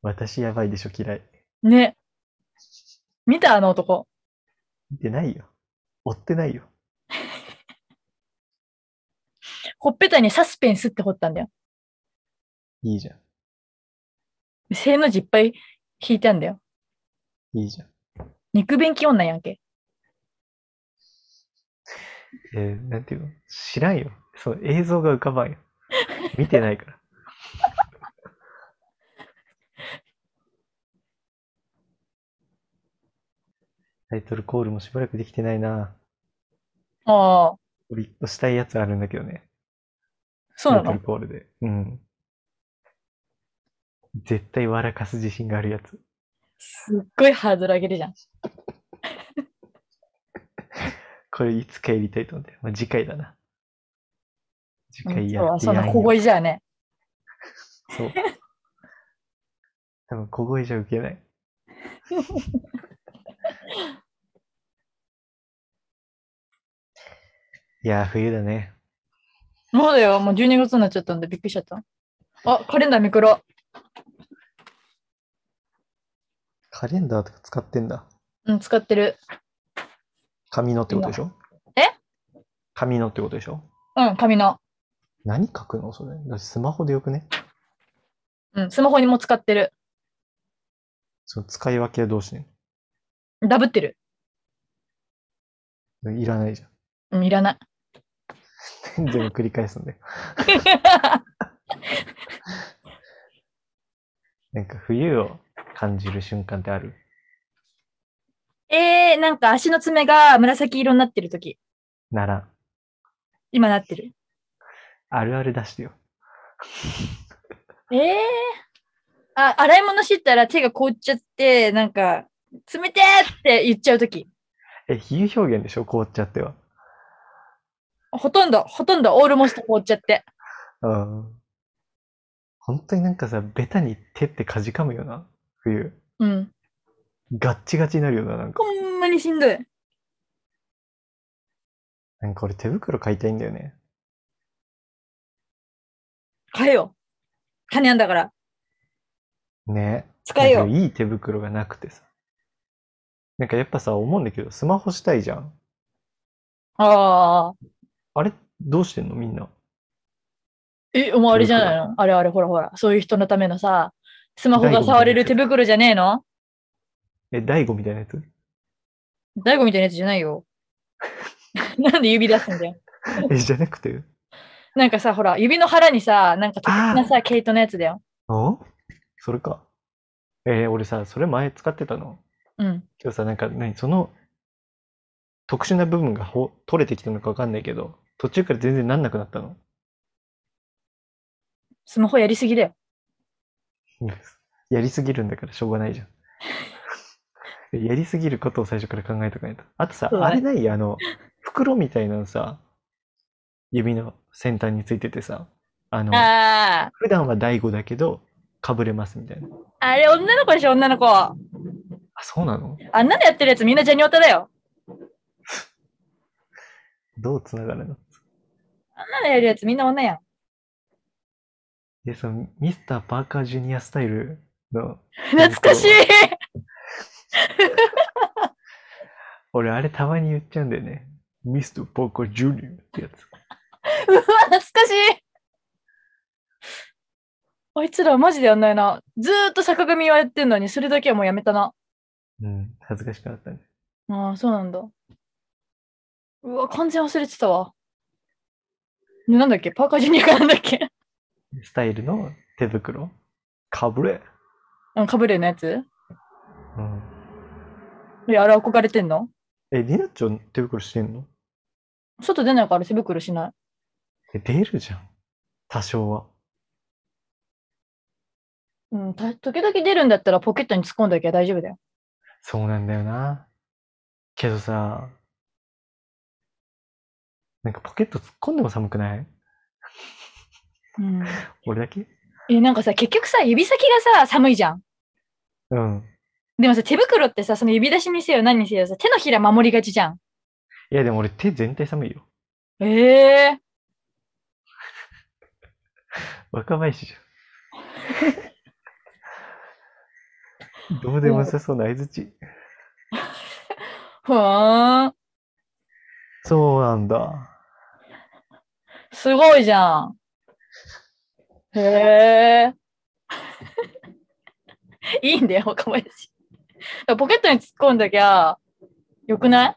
A: 私やばいでしょ、嫌い。
B: ね。見たあの男。
A: 見てないよ。追ってないよ。
B: ほっぺたにサスペンスって掘ったんだよ。
A: いいじゃ
B: 正の字いっぱい引いたんだよ。
A: ん。いいじゃん。
B: 肉便器女やんけ。
A: えー、なんていうの知らんよ。そう、映像が浮か ばんよ。見てないから。タイトルコールもしばらくできてないな。
B: ああ、
A: 俺一個したいやつあるんだけどね。
B: そうな
A: タイ
B: の
A: トルコールで。うん。絶対笑かす自信があるやつ。
B: すっごいハードル上げるじゃん。
A: これいつかやりたいと思って。まあ、次回だな。次
B: うん
A: 回や
B: そう
A: っ
B: は
A: て
B: そ
A: や
B: んな
A: んよ
B: 小声じゃあね。
A: そう。多分小声じゃ受けない。いやー、冬だね。
B: もうだよ、もう12月になっちゃったんでびっくりしちゃった。あ、カレンダーめくろ。
A: カレンダーとか使ってんだ。
B: うん、使ってる。
A: 紙のってことでしょ
B: え
A: 紙のってことでしょ
B: うん、紙の。
A: 何書くのそれ。だってスマホでよくね。
B: うん、スマホにも使ってる。
A: その使い分けはどうしてん
B: ダブってる。
A: のいらないじゃん。
B: うん、いらない。
A: 全部繰り返すん で。なんか冬を感じる瞬間ってある
B: えー、なんか足の爪が紫色になってる時
A: ならん。
B: 今なってる。
A: あるある出してよ。
B: えー、あ、洗い物してたら手が凍っちゃって、なんか、冷てーって言っちゃう時
A: え、比喩表現でしょ凍っちゃっては。
B: ほとんど、ほとんどオールモスト凍っちゃって。
A: うん。本当になんかさ、ベタに手ってかじかむよな。冬。
B: うん。
A: ガッチガチになるよな。なんか、
B: ほんまにしんどい。
A: なんか俺手袋買いたいんだよね。
B: 買えよ。金あんだから。
A: ね。
B: 使え
A: な
B: よ
A: ん。かいい手袋がなくてさ。なんかやっぱさ、思うんだけど、スマホしたいじゃん。
B: ああ。
A: あれ、どうしてんのみんな。
B: え、お前あれじゃないのあれあれ、ほらほら。そういう人のためのさ、スマホが触れる手袋じゃねえの
A: え、大悟みたいなやつ
B: 大悟みたいなやつじゃないよ。 なんで指出すんだよ。
A: え、じゃなくて
B: なんかさ、ほら、指の腹にさ、なんか特殊なさ、毛糸のやつだよ。
A: あそれか。えー俺さ、それ前使ってたの。
B: うん。
A: 今日さ、なんか、何、その、特殊な部分がほ取れてきたのかわかんないけど、途中から全然なんなくなったの。
B: スマホやりすぎだよ。
A: やりすぎるんだからしょうが ないじゃん。やりすぎることを最初から考えとかないと。あとさ、
B: そうだ
A: あ
B: ね
A: れないあの、袋みたいなのさ、指の先端についててさ、あの、
B: ああ。
A: 普段は第五だけど、かぶれますみたいな。
B: あれ、女の子でしょ、女の子。あ
A: あ、そうなの
B: んなのやってるやつみんなジャニオタだよ。
A: どうつながるの
B: あんなのやるやつみんな女やん。
A: で、その、ミスター・パーカー・ジュニアスタイルの、
B: 懐かしい。
A: 俺あれたまに言っちゃうんだよね。ミスター・パーカー・ジュニアってやつ。
B: うわ、懐かしい。あいつらはマジでやんないな。ずーっと坂上はやってんのに、それだけはもうやめたな。
A: うん、恥ずかしくなったね。
B: ああ、そうなんだ。うわ、完全忘れてたわ。ねなんだっけパーカージュニアかなんだっけ
A: スタイルの手袋。かぶれ。
B: うん、かぶれのやつ
A: うん。
B: いや、あれ憧れてんの
A: え、りなちゃん手袋してんの
B: 外出ないから手袋しない。
A: え、出るじゃん。多少は。
B: うん、た時々出るんだったらポケットに突っ込んだけは大丈夫だよ。
A: そうなんだよな。けどさ、なんかポケット突っ込んでも寒くない
B: うん。
A: 俺だけ
B: え、なんかさ、結局さ、指先がさ、寒いじゃん。
A: うん。
B: でもさ、手袋ってさ、その指出しにせよ何にせよさ、手のひら守りがちじゃん。
A: いや、でも俺手全体寒いよ。
B: ええ
A: 若林じゃん。どうでもよさそうな相づち。
B: ふーん。
A: そうなんだ。
B: すごいじゃん。へえ。 いいんだよ、若林。ポケットに突っ込んだきゃ、よくない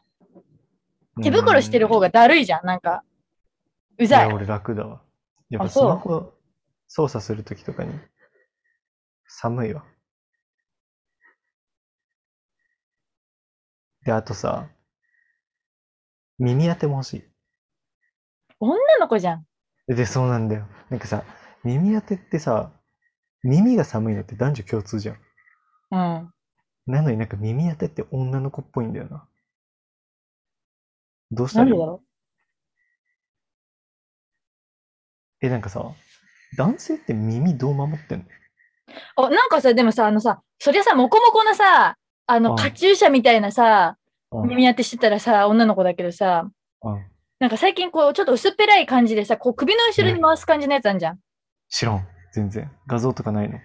B: 手袋してる方がだるいじゃん、なんか。う
A: う
B: ざ
A: い
B: い。
A: や、俺楽だわ。やっ
B: あ
A: ぱス
B: そう
A: マホ操作するときとかに寒いわ。で、あとさ、耳当ても欲し
B: 女の子じゃん。
A: い。で、そうなんだよ。なんかさ、耳当てってさ、耳が寒いのって男女共通じゃん。
B: うん。
A: なのになんか耳当てって女の子っぽいんだよな。どうした
B: なん
A: らい
B: で
A: い
B: だろ
A: え、なんかさ、男性って耳どう守ってんの
B: うあ、なんかさ、でもさ、あのさ、そりゃさ、モコモコなさ、あ
A: う
B: の、
A: ん
B: カチューシャみたいなさ、
A: うん
B: 耳当てしてたらさ、女の子だけどさ、
A: うん
B: なんか最近こう、ちょっと薄っぺらい感じでさ、こう、首の後ろに回す感じのやつあんじゃん。
A: 知らん。全然。画像とかないの。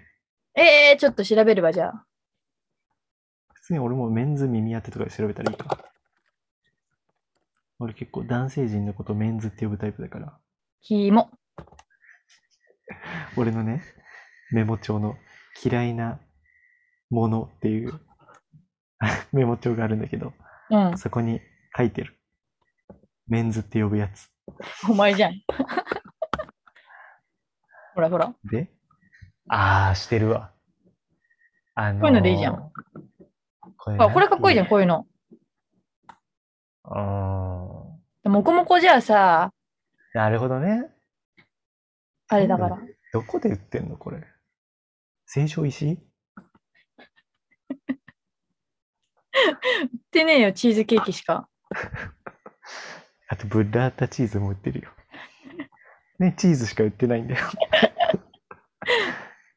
B: ええちょっと調べればじゃあ。
A: 普通に俺もメンズ耳当てとかで調べたらいいか。俺結構男性陣のことメンズって呼ぶタイプだから。
B: キモ。
A: 俺のね、メモ帳の嫌いなものっていう メモ帳があるんだけど、
B: うん。
A: そこに書いてる。メンズって呼ぶやつ。
B: お前じゃん。 ほらほら。
A: で、あー、してるわ。あのー
B: こういうのでいいじゃん。
A: これ
B: あ、これかっこいいじゃん、
A: ん。
B: こういうの。
A: あ
B: モコモコじゃあさ、
A: ーなるほどね。
B: あれだから。
A: どこで売ってんのこれ。成城石井
B: 売ってねえよ、チーズケーキしか。
A: あとブッラータチーズも売っ てるよ。ね、チーズしか売ってないんだよ。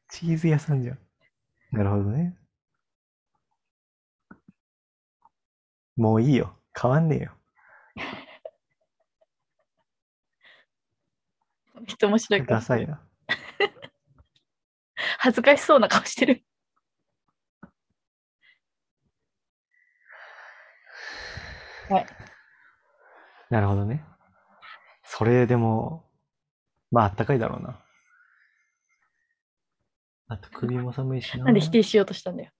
A: チーズ屋さんじゃん。なるほどね。もういいよ。変わんねえよ。
B: 人面白いか
A: ダ
B: ら。
A: サいな。
B: 恥ずかしそうな顔してる。
A: なるほどね。それでも、まああったかいだろうな。あと首も寒いしな。
B: なんで否定しようとしたんだよ。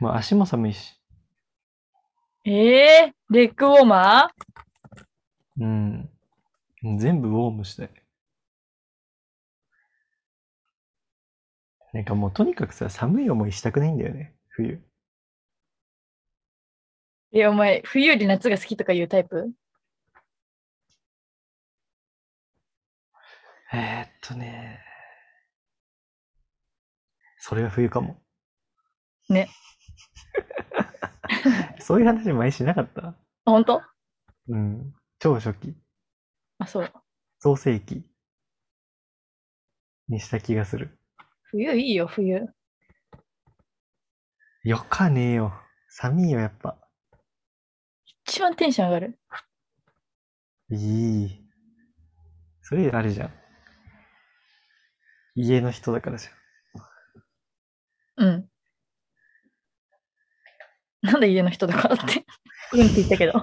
A: まあ足も寒いし。
B: ええー、レッグウォーマー
A: うん。全部ウォームしたい。なんかもうとにかくさ、寒い思いしたくないんだよね、冬。
B: いや、お前、冬より夏が好きとかいうタイプ
A: えーっとね。それが冬かも。
B: ね。
A: そういう話前しなかった
B: あ、本当
A: うん。超初期、
B: あ、そう。
A: 創世期にした気がする。
B: 冬いいよ、冬。
A: よかねえよ。寒いよ、やっぱ。
B: 一番テンション上がる。
A: いい。それあれじゃん。家の人だからじゃん。
B: うん。なんで家の人だからって。うんって言ったけど。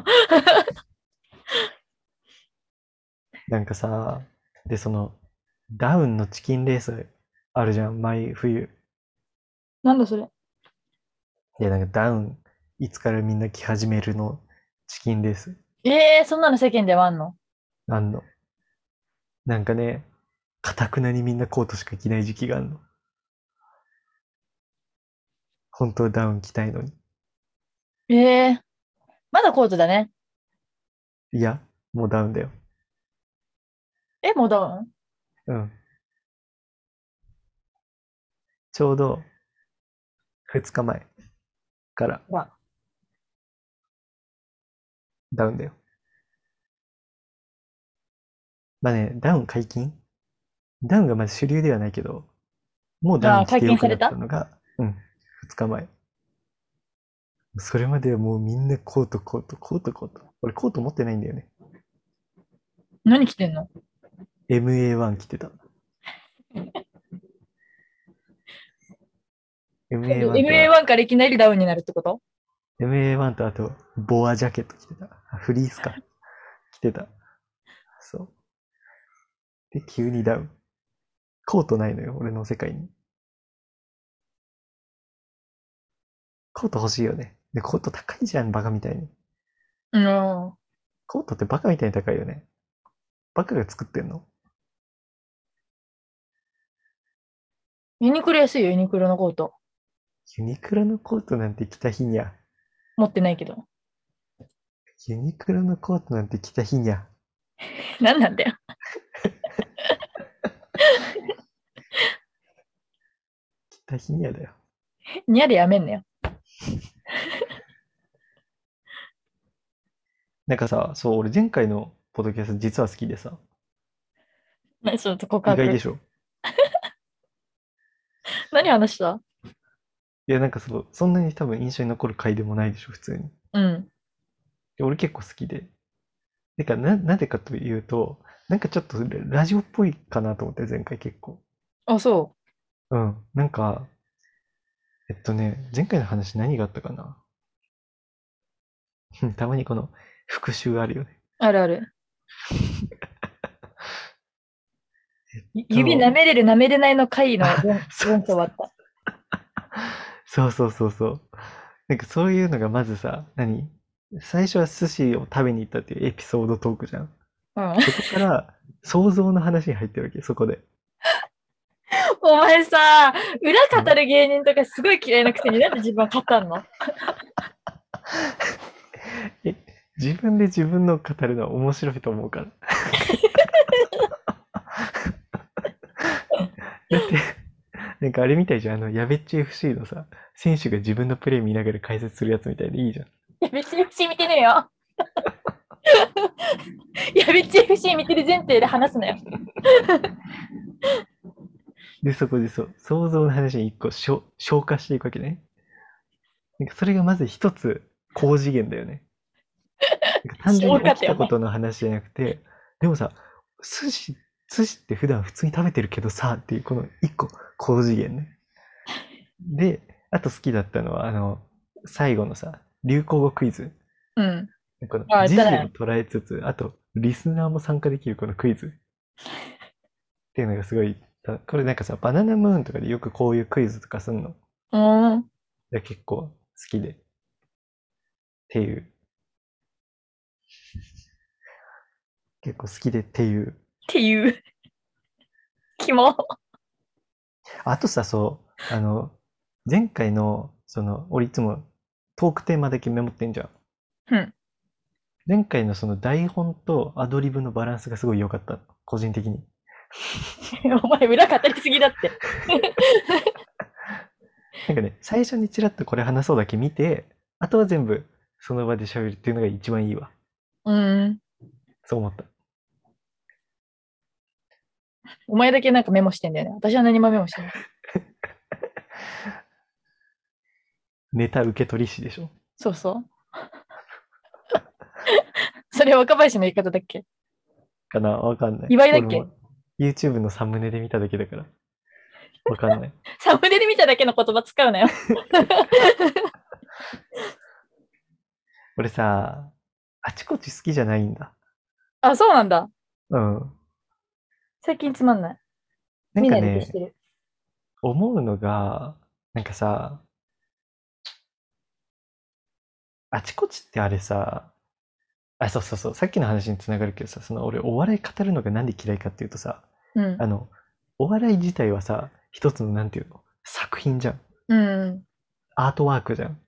A: なんかさ、で、その、ダウンのチキンレースあるじゃん、毎冬。
B: なんだそれ。
A: いや、なんかダウン、いつからみんな着始めるの、チキンレース、
B: えー、そんなの世間ではあんの
A: あんの。なんかね、かたくなにみんなコートしか着ない時期があんの。本当はダウン着たいのに。
B: えー、まだコートだね。
A: いや、もうダウンだよ。
B: え、もうダウン
A: うん。ちょうど、2日前から
B: うわ、
A: ダウンだよ。まあね、ダウン解禁ダウンがまだ主流ではないけど、もうダウン
B: あー
A: してよく
B: 解禁さ
A: な
B: れ
A: っ
B: た
A: たのが、うん、2日前。それまではもうみんなコートコート、コートコート。俺コート持ってないんだよね。
B: 何着てんの
A: MA1 着てた。MA1 と
B: ?MA1 からいきなりダウンになるってこと
A: MA1 とあと、ボアジャケット着てた。あフリースか。着てた。そう。で、急にダウン。コートないのよ、俺の世界に。コート欲しいよね。で、コート高いじゃん、バカみたいに。
B: うん。
A: コートってバカみたいに高いよね。バカが作ってんの
B: ユニクロ安いよ、ユニクロのコート。
A: ユニクロのコートなんて着た日にゃ。
B: 持ってないけど。
A: ユニクロのコートなんて着た日にゃ。
B: 何なんだよ。
A: 着た日にゃだよ。
B: ニャでやめんなよ。
A: なんかさ、そう、俺前回のポッドキャスト実は好きでさ。
B: 何そのと告
A: 意外で
B: 白。
A: しょ
B: 何話した
A: いや、なんかその、そんなに多分印象に残る回でもないでしょ、普通に。
B: うん。
A: で俺結構好きで。てか、な、なぜかというと、なんかちょっとララジオっぽいかなと思って、前回結構。
B: あ、そ
A: うん。なんか、えっとね、前回の話何があったかな たまにこの復習あるよね。
B: う。あるあ る。指舐めれる舐めれないの回 の
A: あ
B: 論
A: そう
B: 論争終わった。
A: そうそうそうそう。なんかそういうのがまずさ、何最初は寿司を食べに行ったっていうエピソードトークじゃん。
B: うん、
A: そこから想像の話に入ってるわけ、そこで。
B: お前さ、裏語る芸人とかすごい嫌いなくせになんで自分は語んの
A: 自分で自分の語るのは面白いと思うから。 だって、なんかあれみたいじゃん、あの、やべっち FC のさ、選手が自分のプレー見ながら解説するやつみたいでいいじゃん。
B: やべっち FC 見てねえ よ。やべっち FC 見てる前提で話すなよ。
A: で、そこでそう、想像の話に一個しょ消化していくわけね。なんかそれがまず一つ、高次元だよね。なんか単純に起きたことの話じゃなくて、でもさ、寿司、寿司って普段普通に食べてるけどさ、っていうこの一個、高次元ね。で、あと好きだったのは、あの、最後のさ、流行語クイズ。
B: うん。
A: この
B: あ
A: 時事を
B: 言ったね
A: 捉えつつ、あと、リスナーも参加できるこのクイズ。 っていうのがすごい、たこれなんかさ、バナナムーンとかでよくこういうクイズとかすんの。
B: うん。
A: で結構好きで。っていう。結構好きでっていう。
B: っていう。キモ。
A: あとさ、そう、あの、前回の、その、俺いつもトークテーマだけメモってんじゃん。
B: うん。
A: 前回のその台本とアドリブのバランスがすごい良かった。個人的に。
B: お前、裏語りすぎだって。
A: なんかね、最初にちらっとこれ話そうだけ見て、あとは全部その場で喋るっていうのが一番いいわ。
B: うん。
A: そう思った。
B: お前だけなんかメモしてんだよね。私は何もメモしてない。
A: ネタ受け取り師でしょ。
B: そう そう。それ若林の言い方だっけ
A: かなわかんない。
B: 岩井だっけ
A: 俺も ?YouTube のサムネで見ただけだから。わか んない。
B: サムネで見ただけの言葉使うなよ。
A: 俺さ、あちこち好きじゃないんだ。
B: あ、そうなんだ。
A: うん。
B: 最近つまんない。
A: なん
B: 見
A: か
B: ないで
A: ね
B: し、てる。
A: 思うのが、なんかさ、あちこちってあれさ、あ、そうそうそう、さっきの話につながるけどさ、その俺お笑い語るのがなんで嫌いかっていうとさ、
B: うん
A: あ。の、お笑い自体はさ、一つのなんていうの、作品じゃん。
B: うん。
A: アートワークじゃん。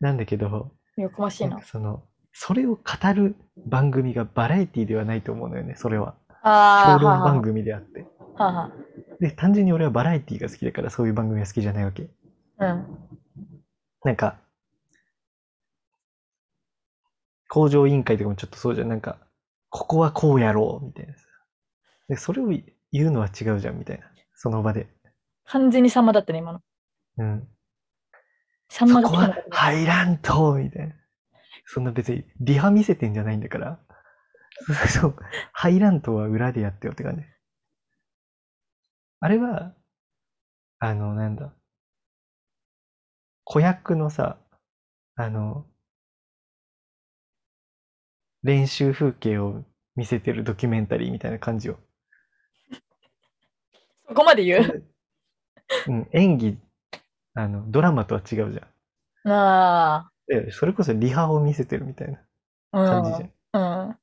A: なんだけど、
B: よこましい
A: なん
B: な
A: か。その、それを語る番組がバラエティではないと思うのよね、それは。
B: あ
A: 評
B: ーは
A: 論
B: あはあ
A: 番組であって。
B: はあは
A: で、単純に俺はバラエティが好きだから、そういう番組が好きじゃないわけ。
B: あうん。
A: なんか、工場委員会とかもちょっとそうじゃん。なんか、ここはこうやろう、みたいなさ。で、それを言うのは違うじゃん、みたいな。その場で。
B: 完全に様だったね、今の。
A: うん。
B: さん
A: そ
B: まが
A: こ
B: 来な
A: は
B: かった。
A: 入らんと、みたいな。そんな別に、リハ見せてんじゃないんだから。 そう、入らんとは裏でやってよって感じ。あれは、あの、なんだ。子役のさ、あの、練習風景を見せてるドキュメンタリーみたいな感じ を。
B: そこまで言う。
A: うん、演技、あの、ドラマとは違うじゃん。
B: あ
A: でそれこそリハを見せてるみたいな
B: あ。うん。
A: 感じじゃん。
B: うん。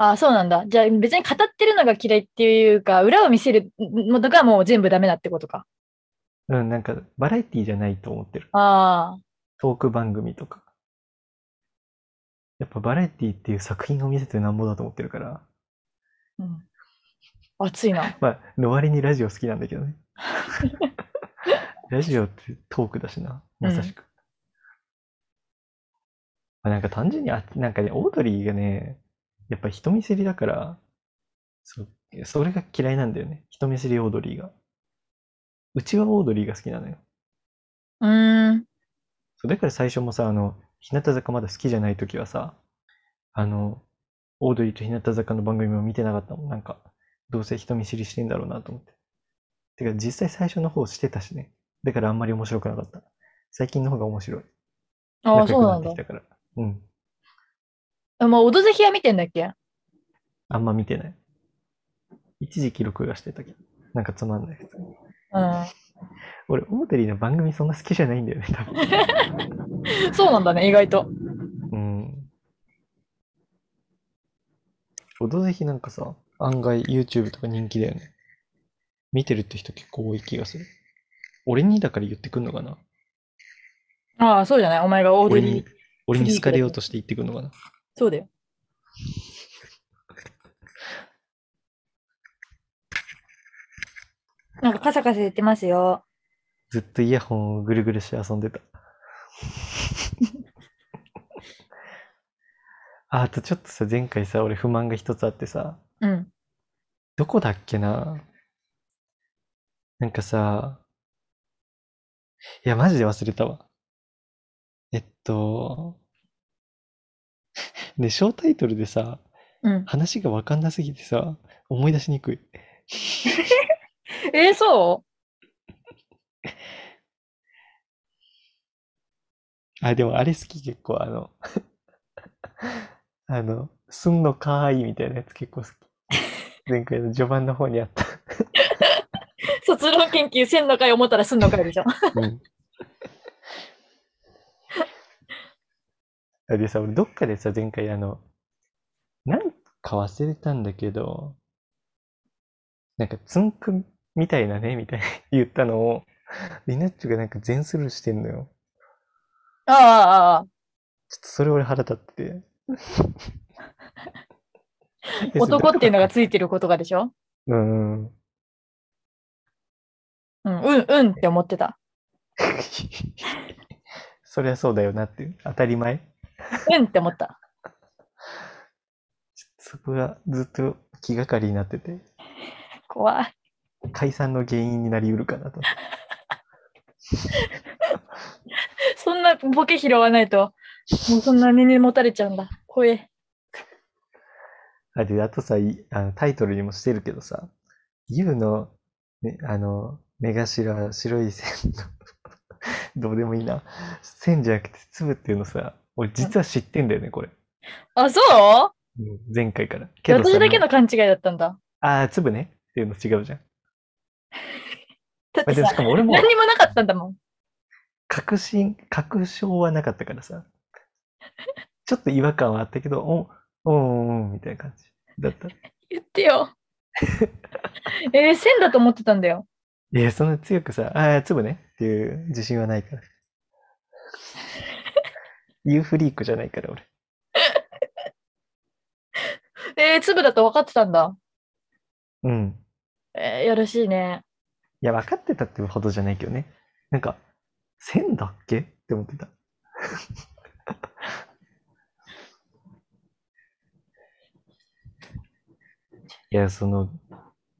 B: ああ、そうなんだ。じゃあ別に語ってるのが嫌いっていうか、裏を見せるのがもう全部ダメだってことか。
A: うん、なんか、バラエティじゃないと思ってる。
B: ああ。
A: トーク番組とか。やっぱバラエティっていう作品を見せてなんぼだと思ってるから。
B: うん。熱いな。
A: まあ、の割にラジオ好きなんだけ どね。ラジオってトークだしな、まさしく。まあ、なんか単純にあ、なんかね、オードリーがね、やっぱ人見知りだから、そうそれが嫌いなんだよね。人見知りオードリーが。うちはオードリーが好きなのよ。
B: うーん。
A: そうだから最初もさ、あの、日向坂まだ好きじゃない時はさ、あの、オードリーと日向坂の番組も見てなかったもん。なんか、どうせ人見知りしてんだろうなと思って。てか、実際最初の方してたしね。だからあんまり面白くなかった。最近の方が面白い。
B: ああ、
A: 仲良
B: そう
A: く
B: な
A: なんって
B: だ
A: き。たから。うん。
B: あもう、オドぜひは見てんだっけ
A: あんま見てない。一時期録画してたけど。なんかつまんない。
B: う
A: 俺、オードリーの番組そんな好きじゃないんだよね、多分。
B: ん。そうなんだね、意外と。
A: うん。オドぜひなんかさ、案外 YouTube とか人気だよね。見てるって人結構多い気がする。俺にだから言ってくんのかな
B: ああ、そうじゃないお前がオード
A: 俺
B: リ
A: に
B: ー。、
A: 俺に好かれようとして言ってくんのかな
B: そう だよ。なんかカサカサ言ってますよ。
A: ずっとイヤホンをぐるぐるして遊ん でた。あ、あとちょっとさ、前回さ、俺不満が一つあってさ、
B: うん。
A: どこだっけななんかさ、いや、マジで忘れたわ。えっと、で、小タイトルでさ、
B: うん。
A: 話がわかんなすぎてさ、思い出しにくい。
B: えー、そ
A: あ、でもあれ好き、結構、あの、あの、すんのかーいみたいなやつ結構好き。前回の序盤の方にあった。
B: う卒論研究、千の会思ったらすんの会で しょ。
A: うんあでさ、俺どっかでさ、前回あの、なんか忘れたんだけど、なんかツンクみたいなね、みたいな言ったのを、リナッチョがなんか全スルーしてんのよ。
B: ああ、ああ。
A: ちょっとそれ俺腹立ってて
B: 男っていうの
A: が。
B: がついてることがでしょ
A: うんうん。
B: うん、うん、うんって思ってた。
A: そりゃそうだよなっていう。当たり前。
B: うんって思った。
A: そこがずっと気がかりになってて、
B: 怖い。
A: 解散の原因になりうるかなと。
B: そんなボケ拾わないと、もうそんな根に持たれちゃうんだ。怖え。
A: あで、あとさ、いあのタイトルにもしてるけどさ、YOU の、ね、あの、目頭、白い線の、 どうでもいいな。線じゃなくて粒っていうのさ、俺実は知ってんだよね、これ。
B: あ、そう
A: うん前回から。けどさ
B: 私だけ
A: も
B: の
A: う
B: 勘違いだったんだ。
A: ああ、粒ねっていうの違うじゃん。
B: だっ
A: まあ
B: て
A: でもし
B: さ、
A: かも俺も
B: 何にもなかったんだもん。
A: 確信、確証はなかったからさ、ちょっと違和感はあったけど、おおん、おん、みたいな感じだった。
B: 言ってよ。えー、線だと思ってたんだよ。
A: いや、そんな強くさ、ああ、粒ねっていう自信はないから。ユーフリークじゃないから、俺。
B: えー、粒だと分かってたんだ。
A: うん。
B: えー、よろしいね。
A: いや、分かってたってほどじゃないけどね。なんか、線だっけって思ってた。 いや、その、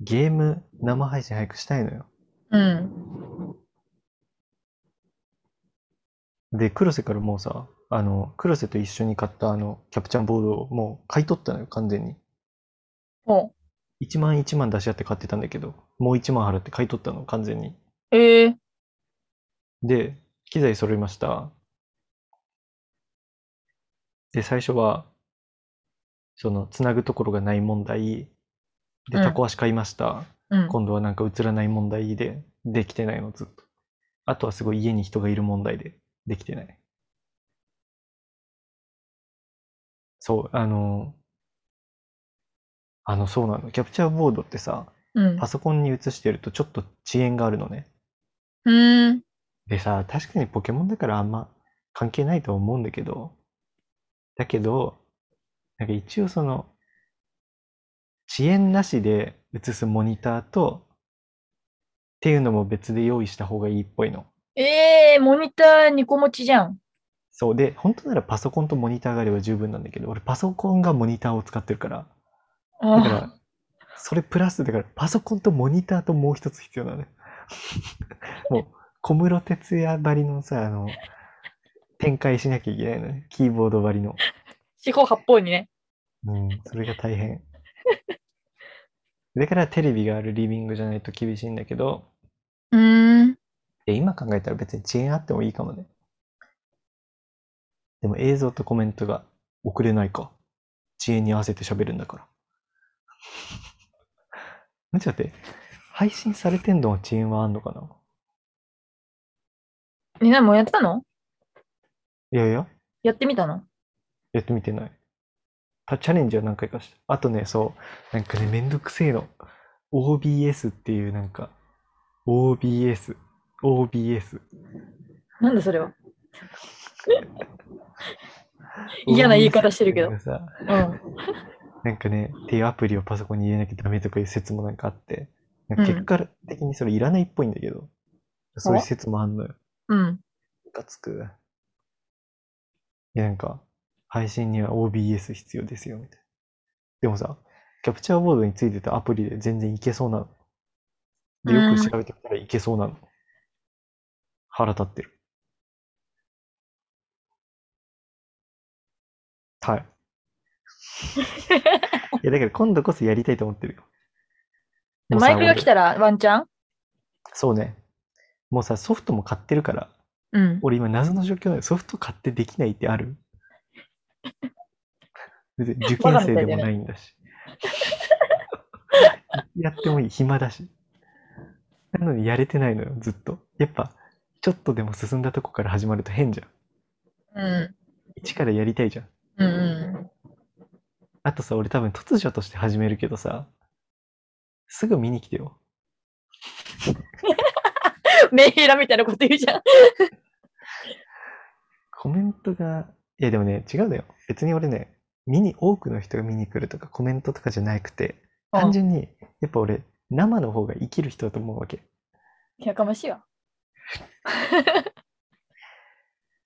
A: ゲーム生配信早くしたいのよ。
B: うん。
A: で、黒瀬からもうさ、あの、黒瀬と一緒に買ったあの、キャプチャーボードをもう買い取ったのよ、完全に。
B: も
A: 1万1万出し合って買ってたんだけど、もう1万払って買い取ったの、完全に。
B: う。えー、
A: で、機材揃いました。で、最初は、その、つなぐところがない問題。で、
B: うん
A: タコ足買いました。
B: うん。
A: 今度はなんか映らない問題で、できてないの、ずっと。あとはすごい家に人がいる問題で、できてない。そう、あの、あの、そうなの。キャプチャーボードってさ、
B: うん
A: パ。ソコンに映してるとちょっと遅延があるのね。
B: うーん。
A: でさ、確かにポケモンだからあんま関係ないと思うんだけど、だけど、なんか一応その、遅延なしで映すモニターと、っていうのも別で用意した方がいいっぽいの。
B: えー、モニター2個持ちじゃん。
A: そう。で、本当ならパソコンとモニターがあれば十分なんだけど、俺パソコンがモニターを使ってるから、だか
B: あ
A: ら、それプラス、だからパソコンとモニターともう一つ必要なのね。もう、小室哲也ばりのさ、あの、展開しなきゃいけないのね。キーボードばりの。
B: 四方八方にね。
A: うん、それが大変。だからテレビがあるリビングじゃないと厳しいんだけど、
B: うーん。
A: いや今考えたら別に遅延あってもいいかもね。でも映像とコメントが遅れないか。遅延に合わせて喋るんだから。 待って待って。配信されてんの遅延はあんのかな
B: みんなもうやったの
A: いやいや、
B: やってみたの
A: やってみてない。たチャレンジは何回かした。あとね、そう、なんかね、めんどくせえの。OBS っていうなんか、OBS、OBS。
B: なんだそれは。嫌な言い方してるけど
A: OBS っていうのがさ
B: うん。
A: なんかね、っていうアプリをパソコンに入れなきゃダメとかいう説もなんかあって、なんか結果的にそれいらないっぽいんだけど、そういう説もあんのよ。
B: うん。
A: ムカつく。いや、なんか、配信には OBS 必要ですよ、みたいな。でもさ、キャプチャーボードについてたアプリで全然いけそうなの。で、よく調べてみたらいけそうなの。腹立ってる。 はい。いや、だから今度こそやりたいと思ってるよ。もうさ
B: マイクが来たらワンチャン
A: 俺そうね。もうさ、ソフトも買ってるから。
B: うん。
A: 俺今謎の状況なのよソフト買ってできないってある 別に受験生でもないんだし。やってもいい、暇だし。なのにやれてないのよ、ずっと。やっぱ、ちょっとでも進んだとこから始まると変じゃん。
B: うん。
A: 一からやりたいじゃん。
B: うんう
A: あとさ、俺多分突如として始めるけどさ、すぐ見に来てよ。
B: メンヘラみたいなこと言うじゃん。
A: コメントが、いやでもね、違うのよ。別に俺ね、見に、多くの人が見に来るとかコメントとかじゃなくて、単純に、やっぱ俺、生の方が生きる人だと思うわけ。
B: うんやかましいわ。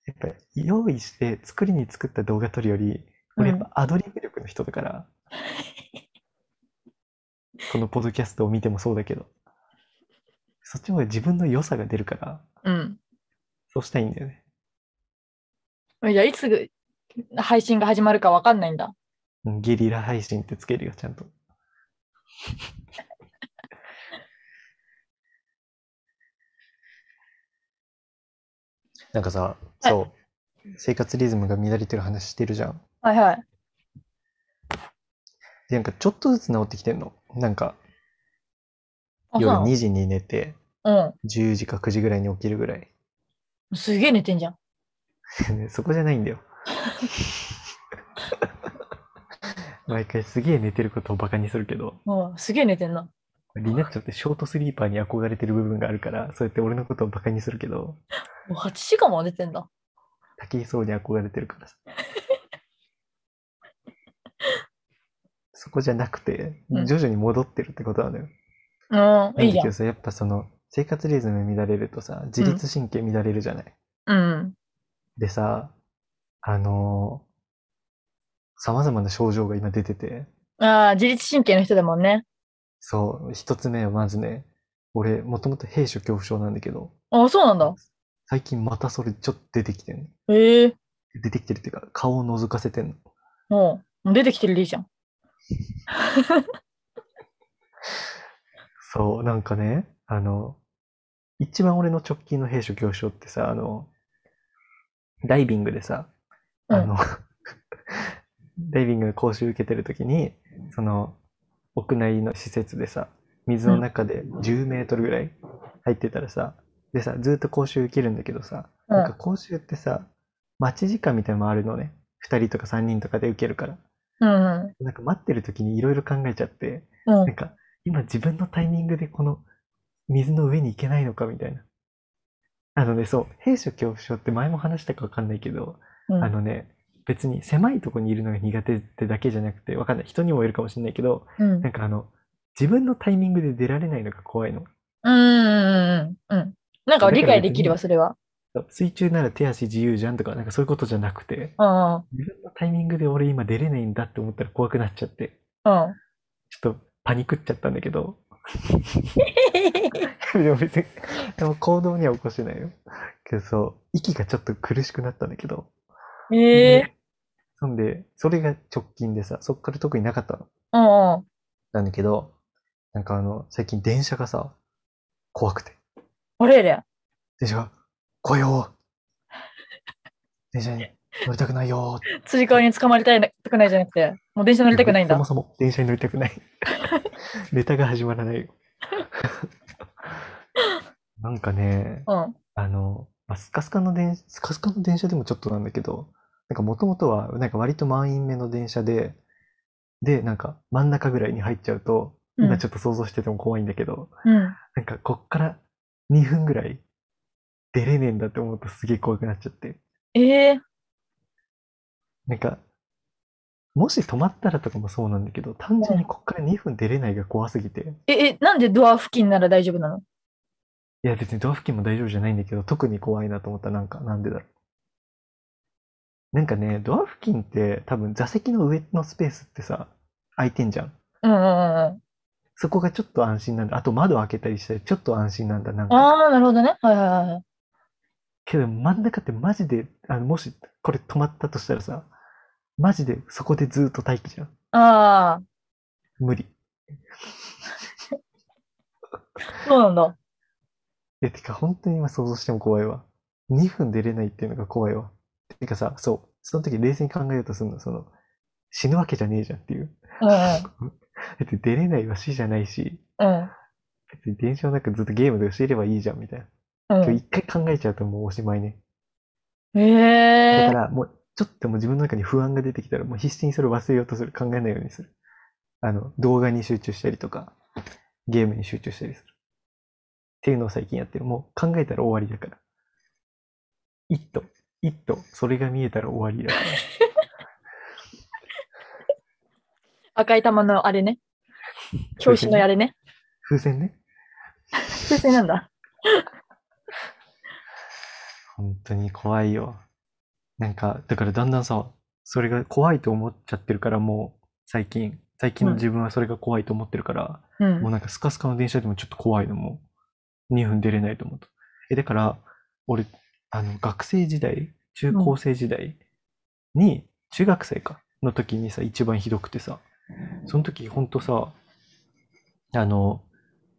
A: やっぱ用意して作りに作った動画撮るより、俺やっぱアドリブ力の人だから、このポッドキャストを見てもそうだけど、そっちの方が自分の良さが出るから、
B: うん。
A: そうしたいんだよね。
B: じゃあ、いつ配信が始まるかわかんないんだ。
A: うんゲリラ配信ってつけるよ、ちゃんと。 なんかさ、
B: はい
A: そう、生活リズムが乱れてる話してるじゃん。
B: はいはい。
A: で、なんかちょっとずつ治ってきてんの。なんか
B: あ
A: 夜
B: そう
A: 2時に寝て、
B: う
A: 10時か9時ぐらいに起きるぐらい。
B: ん。すげえ寝てんじゃん。
A: ねそこじゃないんだ よ。毎回すげえ寝てることをバカにするけど、
B: うん。すげえ寝てんな。
A: リナッチョってショートスリーパーに憧れてる部分があるから、そうやって俺のことをバカにするけど、
B: もう8時間も寝てんだ。
A: 竹井壮に憧れて るからさ。そこじゃなくて、
B: うん
A: 徐々に戻ってるってことなのよ。
B: うん。いいじゃん
A: なんだけど。さ、やっぱその、生活リズム乱れるとさ、自律神経乱れるじゃない。
B: うん。
A: でさ、あのー、様々な症状が今出てて、
B: ああ、自律神経の人だもんね。
A: そう、一つ目はまずね、俺、もともと閉所恐怖症なんだけど、
B: ああ、そうなんだ。
A: 最近またそれちょっと出てきてんの。
B: ええ
A: 出てきてるっていうか、顔を覗かせてんの。
B: もう、もう出てきてるでいいじゃん。
A: そう、なんかね、あの、一番俺の直近の閉所恐怖症ってさ、あの、ダイビングでさ、
B: うん
A: あの、 ダイビングの講習受けてる時に、その、屋内の施設でさ、水の中で10メートルぐらい入ってたらさ、でさ、ずっと講習受けるんだけどさ、
B: うん
A: なんか講習ってさ、待ち時間みたいなのもあるのね。2人とか3人とかで受けるから。
B: うんうん。
A: なんか待ってる時にいろいろ考えちゃって、
B: う
A: なん
B: ん。
A: か、今自分のタイミングでこの水の上に行けないのかみたいな。あのね、そう、閉所恐怖症って前も話したかわかんないけど、
B: うん
A: あのね、別に狭いとこにいるのが苦手ってだけじゃなくて、わかんない。人にもいるかもしれないけど、
B: うん。
A: なんかあの、自分のタイミングで出られないのが怖いの。
B: うんうんうんうん。なんか理解できるわ、それは。
A: 水中なら手足自由じゃんとか、なんかそういうことじゃなくて、
B: うんうん
A: 自分のタイミングで俺今出れないんだって思ったら怖くなっちゃって、
B: うん。
A: ちょっとパニクっちゃったんだけど、でも別に、でも行動には起こしてないよ。けどそう、息がちょっと苦しくなったんだけど。
B: ええ
A: そんで、それが直近でさ、そっから特になかったの。
B: うんうん。
A: なんだけど、なんかあの、最近電車がさ、怖くて。
B: あれれ。
A: 電車が、来いよー電車に乗りたくないよー
B: つり革に捕まりたいなくないじゃなくて、もう電車乗りたくないんだ
A: そも。そも電車に乗りた くない。ネタが始まらないよ。なんかね、
B: うん。
A: あの、まあ、スカスカの電、スカスカの電車でもちょっとなんだけど、なんかもともとは、なんか割と満員目の電車で、で、なんか真ん中ぐらいに入っちゃうと、
B: うん
A: 今ちょっと想像してても怖いんだけど、
B: うん。
A: なんかこっから2分ぐらい出れねえんだって思うとすげえ怖くなっちゃって。
B: ええ
A: なんか、もし止まったらとかもそうなんだけど、単純にこっから2分出れないが怖すぎて、
B: え、え、なんでドア付近なら大丈夫なの
A: いや別にドア付近も大丈夫じゃないんだけど、特に怖いなと思ったなんか、なんでだろう。なんかね、ドア付近って多分座席の上のスペースってさ、空いてんじゃん。
B: うんうんうんうん。
A: そこがちょっと安心なんだ。あと窓開けたりしたらちょっと安心なんだ。なんか。
B: ああ、なるほどね。はいはいはい。
A: けど真ん中ってマジで、あの、もしこれ止まったとしたらさ、マジでそこでずっと待機じゃん。
B: あ
A: 無理。
B: あ、そうなんだ。
A: え、てか本当に今想像しても怖いわ。2分出れないっていうのが怖いわ。てかさ、そう。その時冷静に考えようとするの。その、死ぬわけじゃねえじゃんっていう。
B: うん
A: だって出れないは死じゃないし、
B: うん。
A: 別に電車の中ずっとゲームで教えればいいじゃんみたいな。
B: うん。う
A: 今
B: ん
A: 日一回考えちゃうともうおしまいね。だ
B: ええ
A: からもうちょっともう自分の中に不安が出てきたらもう必死にそれを忘れようとする。考えないようにする。あの、動画に集中したりとか、ゲームに集中したりする。っていうのを最近やってる。もう考えたら終わりだから。一と、一と、それが見えたら終わ りだから。
B: 赤い玉のあれね。教師のあれね。
A: 風船ね。
B: 先生なんだ。
A: 本当に怖いよ。なんか、だからだんだんさ、それが怖いと思っちゃってるから、もう、最近、最近の自分はそれが怖いと思ってるから、
B: う。
A: もうんなんかスカスカの電車でもちょっと怖いのもう、2分出れないと思うと。え、だから、俺、あの、学生時代、中高生時代に、中学生か、の時にさ、一番ひどくてさ、その時ほんとさ、あの、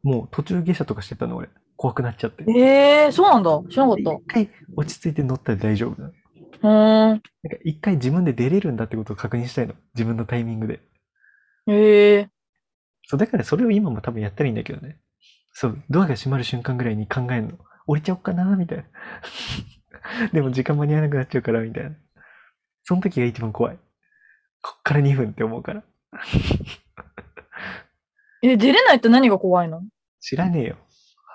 A: もう途中下車とかしてたの俺、怖くなっちゃって。
B: えー、そうなんだ。知らなかっ
A: 一回落ち着いて乗ったら大丈夫なの。
B: た。うーん。
A: なんか一回自分で出れるんだってことを確認したいの。自分のタイミングで。
B: えー。
A: そう、だからそれを今も多分やったらいいんだけどね。そう、ドアが閉まる瞬間ぐらいに考えるの。降りちゃおっかな、 みたいな。でも時間間に合わなくなっちゃうから、みたいな。その時が一番怖い。こっから2分って思うから。
B: え、出れないと何が怖いの
A: 知らねえよ。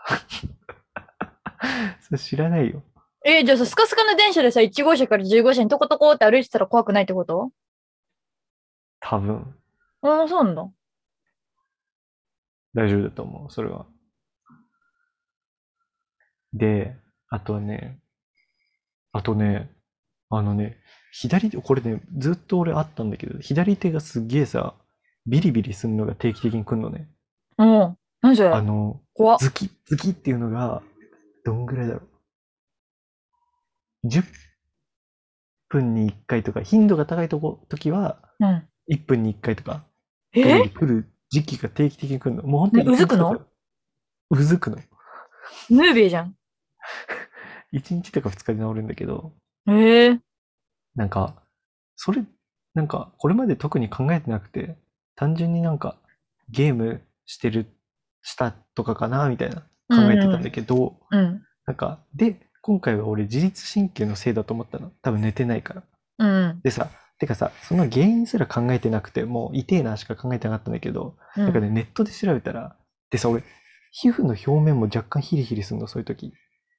A: そう知らないよ。
B: え、じゃあさ、スカスカの電車でさ、1号車から10号車にトコトコって歩いてたら怖くないってこと
A: 多分、
B: うん、そうなんだ。
A: 大丈夫だと思う、それは。で、あとはね、あとね、あのね、左手、これね、ずっと俺あったんだけど、左手がすげえさ、ビリビリするのが定期的に来るのね。
B: うん。何それ
A: あの、
B: 怖っ。
A: ズキッ、ズキッっていうのが、どんぐらいだろう。10分に1回とか、頻度が高いとこ、時は、
B: うん。
A: 1分に1回とか、
B: え
A: 来る時期が定期的に来るの。もう本当に。
B: えうずくの
A: うずくの。
B: ムービーじゃん。
A: 1日とか2日で治るんだけど、
B: ええ
A: なんか、それ、なんか、これまで特に考えてなくて、単純になんか、ゲームしてる、したとかかな、みたいな、考えてたんだけど、
B: うん。
A: なんか、で、今回は俺自律神経のせいだと思ったの。多分寝てないから。
B: うん。
A: でさ、てかさ、その原因すら考えてなくて、もう痛えなしか考えてなかったんだけど、
B: うん
A: なんかね、ネットで調べたら、でさ、俺、皮膚の表面も若干ヒリヒリするの、そういう時。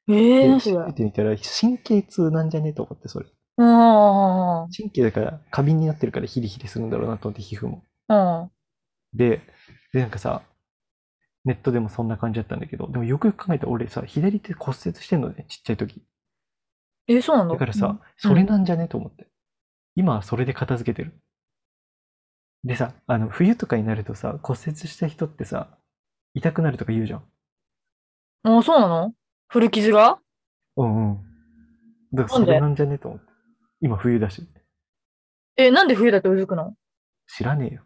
B: ええ
A: で
B: 何それ
A: 調べてみたら、神経痛なんじゃねえと思って、それ。
B: うん。うん
A: 神経だから、過敏になってるからヒリヒリするんだろうなと思って、皮膚も。
B: うん。
A: で、で、なんかさ、ネットでもそんな感じだったんだけど、でもよくよく考えたら、俺さ、左手骨折してんのね、ちっちゃい時。
B: えそうなんだ。
A: だからさ、それなんじゃねと思って。今はそれで片付けてる。でさ、あの、冬とかになるとさ、骨折した人ってさ、痛くなるとか言うじゃん。
B: うん。あ、そうなの古傷が
A: うんうん。だ
B: な
A: からそ
B: んで
A: れなんじゃねと思って。今冬だし。
B: え、なんで冬だってうずくの
A: 知らね えよ。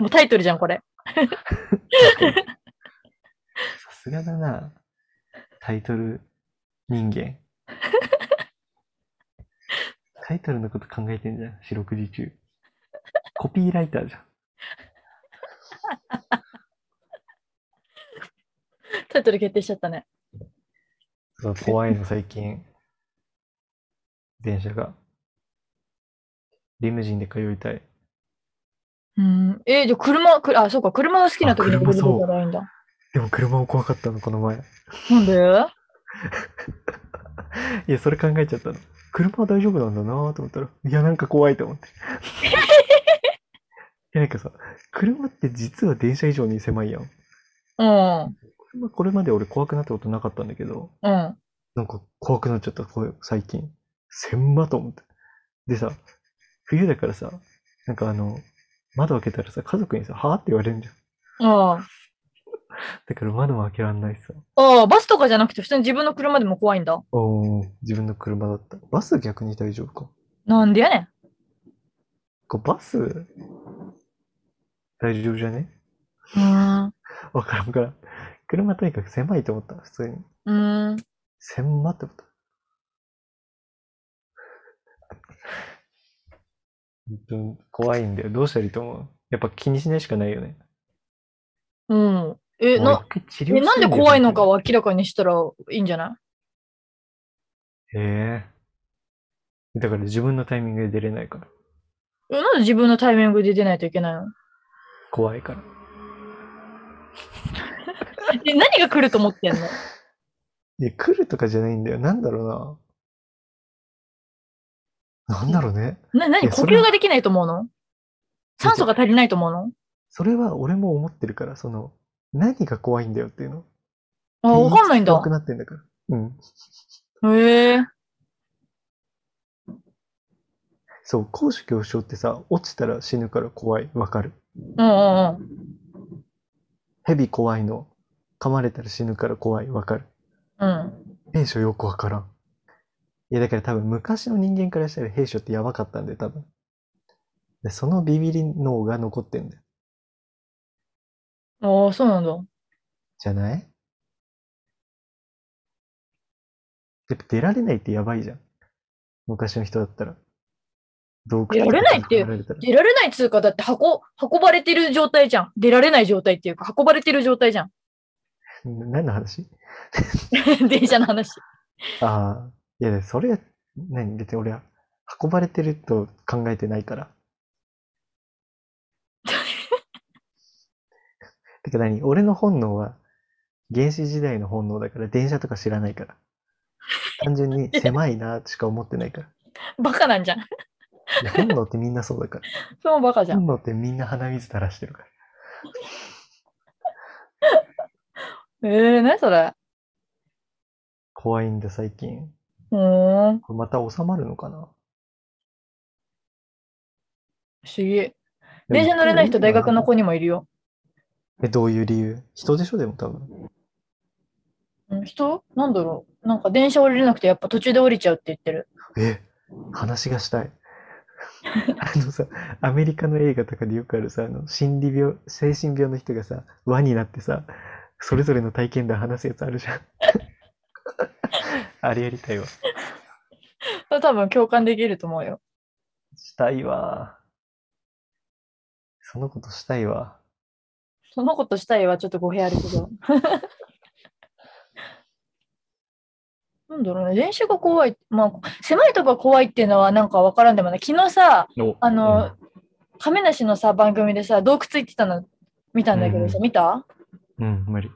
B: もうタイトルじゃん、これ。
A: さすがだな。タイトル人間。タイトルのこと考えてんじゃん。四六時中。コピーライターじゃん。
B: タイトル決定しちゃったね。
A: そう怖いの最近。電車が。リムジンで通いたい。
B: うん。えじゃあ車、くあ、そうか、車が好きな時に
A: あ車
B: うずく
A: そう
B: のがいいんだ。
A: でも車も怖かったの、この前。
B: なんで
A: いや、それ考えちゃったの。車は大丈夫なんだなと思ったら、いや、なんか怖いと思って。いや、なんかさ、車って実は電車以上に狭いやん。
B: うん。
A: 車これまで俺怖くなったことなかったんだけど、
B: うん。
A: なんか怖くなっちゃった、こう最近。狭と思って。でさ、冬だからさ、なんかあの、窓開けたらさ、家族にさ、はぁって言われるじゃん。
B: ああ。
A: だから窓も開けらんないしさ。
B: ああ、バスとかじゃなくて普通に自分の車でも怖いんだ。
A: おー、自分の車だった。バス逆に大丈夫か。
B: なんでやねん。
A: こうバス、大丈夫じゃね
B: うーん。
A: わからんわからん。車とにかく狭いと思った、普通に。
B: うーん。
A: 狭って思った。本当に怖いんだよ。どうしたらいいと思うやっぱ気にしないしかないよね。
B: うん。え、
A: もう
B: な、
A: 一回治療
B: え、なんで
A: してみるよ
B: 怖いのか。を明らかにしたらいいんじゃない
A: へえだから自分のタイミングで出れないから。
B: え、なんで自分のタイミングで出ないといけないの
A: 怖いから。
B: え何が来ると思ってんの
A: いや、来るとかじゃないんだよ。なんだろうな。なんだろうね。
B: な、
A: い
B: 何
A: や
B: 呼
A: それ
B: 吸
A: は
B: ができないと思うの酸素が足りないと思うの
A: それは俺も思ってるから、その、何が怖いんだよっていうの。
B: あ、わかんないんだ
A: 怖く。なってんだから。うん。
B: へえ。
A: そう、高所恐怖症ってさ、落ちたら死ぬから怖い。わかる。
B: うんうんうん。
A: 蛇怖いの。噛まれたら死ぬから怖い。わかる。
B: うん。
A: 兵所よくわからん。いや、だから多分昔の人間からしたら兵所ってやばかったんで、多分。でそのビビり脳が残ってんだよ。
B: ああ、そうなんだ。
A: じゃないやっぱ出られないってやばいじゃん。昔の人だったら。洞窟とか
B: 出られないって
A: に囲まれたら
B: 出られないっつうか、だって箱、運ばれてる状態じゃん。出られない状態っていうか、運ばれてる状態じゃん。
A: な何の話
B: 電車の話。
A: ああ。いや、それ、何別に俺は運ばれてると考えてな いから。てか何俺の本能は原始時代の本能だから電車とか知らないから。単純に狭いなしか思ってないから。
B: バカなんじゃん。
A: いや本能ってみんなそうだから。
B: それもバカじゃん。
A: 本能ってみんな鼻水垂らしてるから。
B: ええー、何それ。
A: 怖いんだ、最近。
B: うーん、
A: これまた収まるのかな
B: 不思議。電車乗れない人、大学の子にもいるよ。
A: え、どういう理由人でしょでも多分。
B: うん、人なんだろう。なんか電車降りれなくて、やっぱ途中で降りちゃうって言ってる。
A: え、話が したい。あのさ、アメリカの映画とかでよくあるさ、あの心理病、精神病の人がさ、輪になってさ、それぞれの体験談話すやつあるじゃ ん。あれやりたいわ。
B: それ多分共感できると思うよ。
A: したいわ。そのことしたいわ。
B: そのことしたいはちょっと語弊あるけど。 なんだろうね。電車が怖い。まあ、狭いとこが怖いっていうのはなんかわからんでもない。昨日さ、あの、亀梨のさ、番組でさ、洞窟行ってたの見たんだけどさ、
A: う
B: 見た
A: うん、うん無理。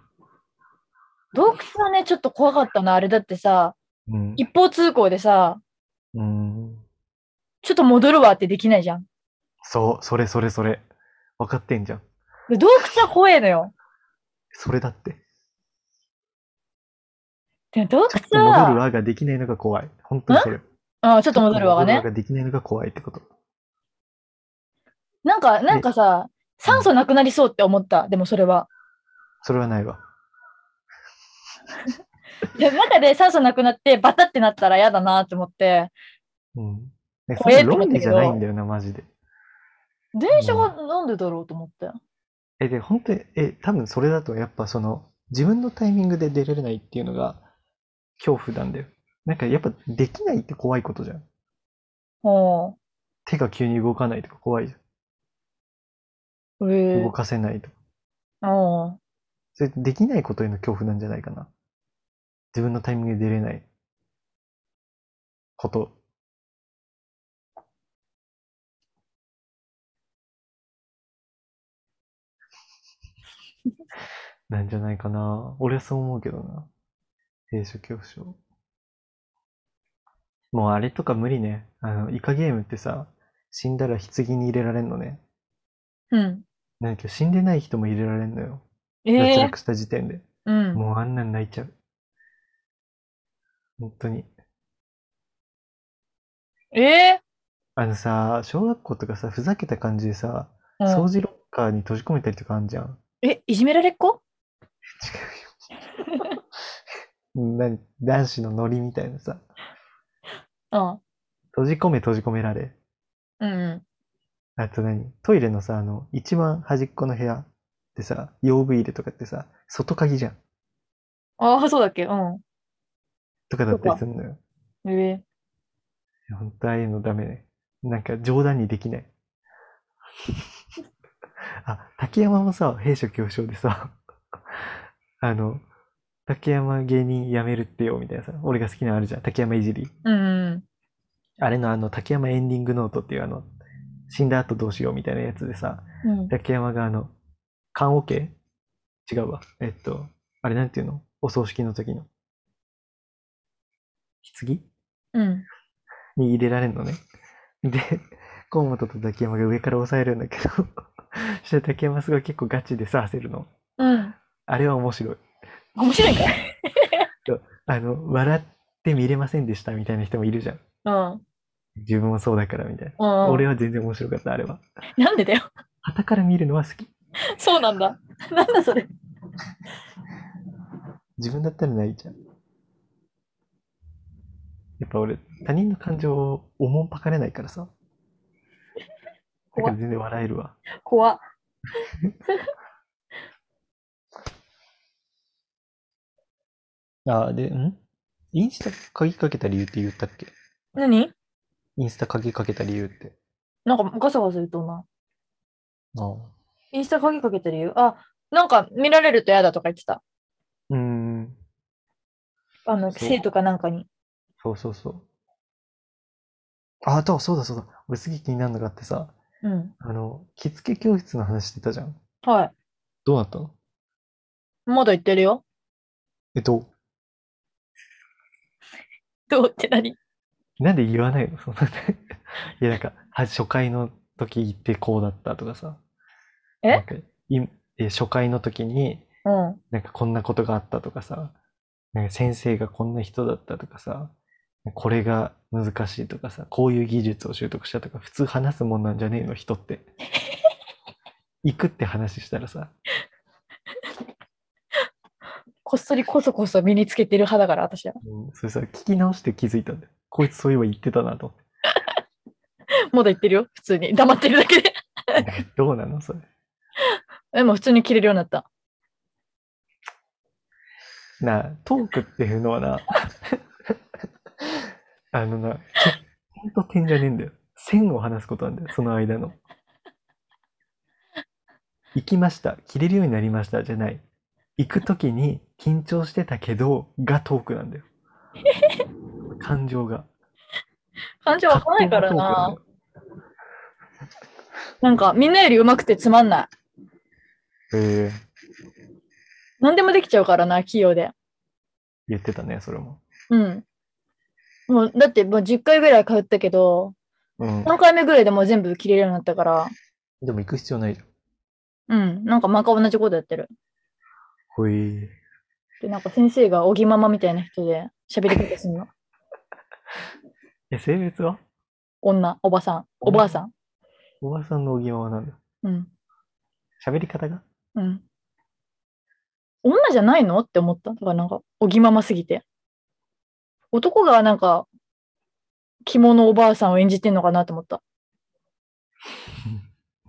B: 洞窟はね、ちょっと怖かったな。あれだってさ、
A: うん。
B: 一方通行でさ、
A: うん。
B: ちょっと戻るわってできないじゃん。
A: そう、それそれそれ。分かってんじゃん。
B: で洞窟は怖えのよ。
A: それだって。
B: でも洞
A: ちょっと
B: 窟は、
A: 戻るわができないのが怖い。本当にそれ。ち
B: あちょっと戻るわがね。
A: ができないのが怖いってこと。
B: なんか、なんかさ、酸素なくなりそうって思った。でもそれは。
A: それはないわ。
B: で中で酸素なくなって、バタってなったら嫌だなって思って、
A: うん。ねそ
B: 怖え
A: れ
B: って思
A: ロ
B: ったけど
A: ンリじゃないんだよな、マジで。
B: 電車がなんでだろうと思って。
A: え、で、本当に、え、多分それだと、やっぱその、自分のタイミングで出れないっていうのが、恐怖なんだよ。なんか、やっぱ、できないって怖いことじゃん。
B: ほ
A: 手が急に動かないとか怖いじ
B: う。
A: ゃん。
B: へえ
A: 動かせないとか。
B: うん。
A: それ、できないことへの恐怖なんじゃないかな。自分のタイミングで出れない。こと。なんじゃないかな。俺はそう思うけどな。閉所恐怖症。もうあれとか無理ね。あの、イカゲームってさ、死んだら棺に入れられんのね。
B: うん。
A: なんか死んでない人も入れられんのよ。
B: え
A: 脱
B: え
A: 落した時点で。
B: うん。
A: もうあんなん泣いちゃう。本当に。
B: ええ
A: あのさ、小学校とかさ、ふざけた感じでさ、
B: う
A: 掃
B: ん、
A: 除ロッカーに閉じ込めたりとかあんじゃん。
B: え、いじめられっ子
A: 違うよ。な男子のノリみたいなさ、
B: うん。
A: 閉じ込め閉じ込められ。
B: うんうん。
A: あと何トイレのさ、あの、一番端っこの部屋ってさ、用具入れとかってさ、外鍵じゃん。
B: ああ、そうだっけうん。
A: とかだったりするのよ。
B: ええ
A: いや本当ああいうのダメね。なんか冗談にできない。 あ、竹山もさ、弊社恐怖症でさ、 あの、竹山芸人辞めるってよ、みたいなさ、俺が好きなのあるじゃん、竹山いじり。
B: うんうん。
A: あれのあの、竹山エンディングノートっていうあの、死んだ後どうしようみたいなやつでさ、
B: うん。
A: 竹山があの、缶オケ違うわ。えっと、あれなんていうのお葬式の時の。棺
B: うん。
A: に入れられんのね。で、 河本と竹山が上から押さえるんだけど、 そして竹山すごい結構ガチでさ、焦るの。
B: うん。
A: あれは面白い。
B: 面白いんかい
A: あの、笑って見れませんでしたみたいな人もいるじゃん。
B: うん。うん
A: 自分もそうだからみたいな。
B: うん。
A: 俺は全然面白かった、あれは。
B: なんでだよ。
A: 傍から見るのは好き。
B: そうなんだ。なんだそれ。
A: 自分だったら泣いちゃう。やっぱ俺、他人の感情をおもんぱかれないからさ。だから全然笑えるわ。
B: 怖っ
A: あ、で、んインスタ鍵かけた理由って言ったっけ
B: 何
A: インスタ鍵かけた理由って。
B: なんかガサガサ言うとんな。
A: ああ
B: インスタ鍵かけてるよ。あ、なんか見られると嫌だとか言ってた。
A: うーん。
B: あの、
A: そう
B: 生徒かなんかに。
A: そうそうそう。あ、あと、そうだそうだ。俺すげえ気になるのがあってさ、
B: うん。
A: あの、着付け教室の話してたじゃん。
B: は
A: どうなったの
B: い。まだ言ってるよ。
A: え、ど
B: どうって何
A: うなんで言わないのそんなね。 いや、なんか、は初回の時行ってこうだったとかさ。
B: え
A: なんかいえ初回の時に、
B: うん。
A: なんかこんなことがあったとかさ、なんか先生がこんな人だったとかさ、これが難しいとかさ、こういう技術を習得したとか、普通話すもんなんじゃねえの、人って。行くって話したらさ、
B: こっそりこそこそ身につけてる派だから、私は。
A: うんそれさ、聞き直して気づいたんだよ。こいつそういえば言ってたなと思っ
B: まだ言ってるよ。普通に。黙ってるだけで。
A: て。どうなのそれ。
B: でも普通に切れるようになった。
A: なあ、トークっていうの はな、あのな、点と点じゃねえんだよ。線を話すことなんだよ、その間の。行きました、切れるようになりました、じゃない。行くときに緊張してたけど、がトークなんだよ。感情が。
B: 感情わかないから
A: 葛藤がトー
B: な。
A: ク
B: なんか、みんなより上手くてつまんない。
A: なんだよ。へえ
B: 何でもできちゃうからな、器用で。
A: 言ってたね、それも。
B: うん。もう、だってもう10回ぐらい通ったけど、
A: うん。
B: 3回目ぐらいでもう全部切れるようになったから、
A: でも行く必要ないじゃん。
B: うん。なんかまか同じことやってる。
A: ほい。
B: で、なんか先生がおぎママみたいな人で喋り方すんの。
A: え、性別は
B: 女、おばさん、おばあさん。
A: おばさんのおぎまはなんだ
B: うん。
A: 喋り方が
B: うん。女じゃないのって思った。だからなんか、おぎまますぎて。男がなんか、着物おばあさんを演じてんのかなって思 った。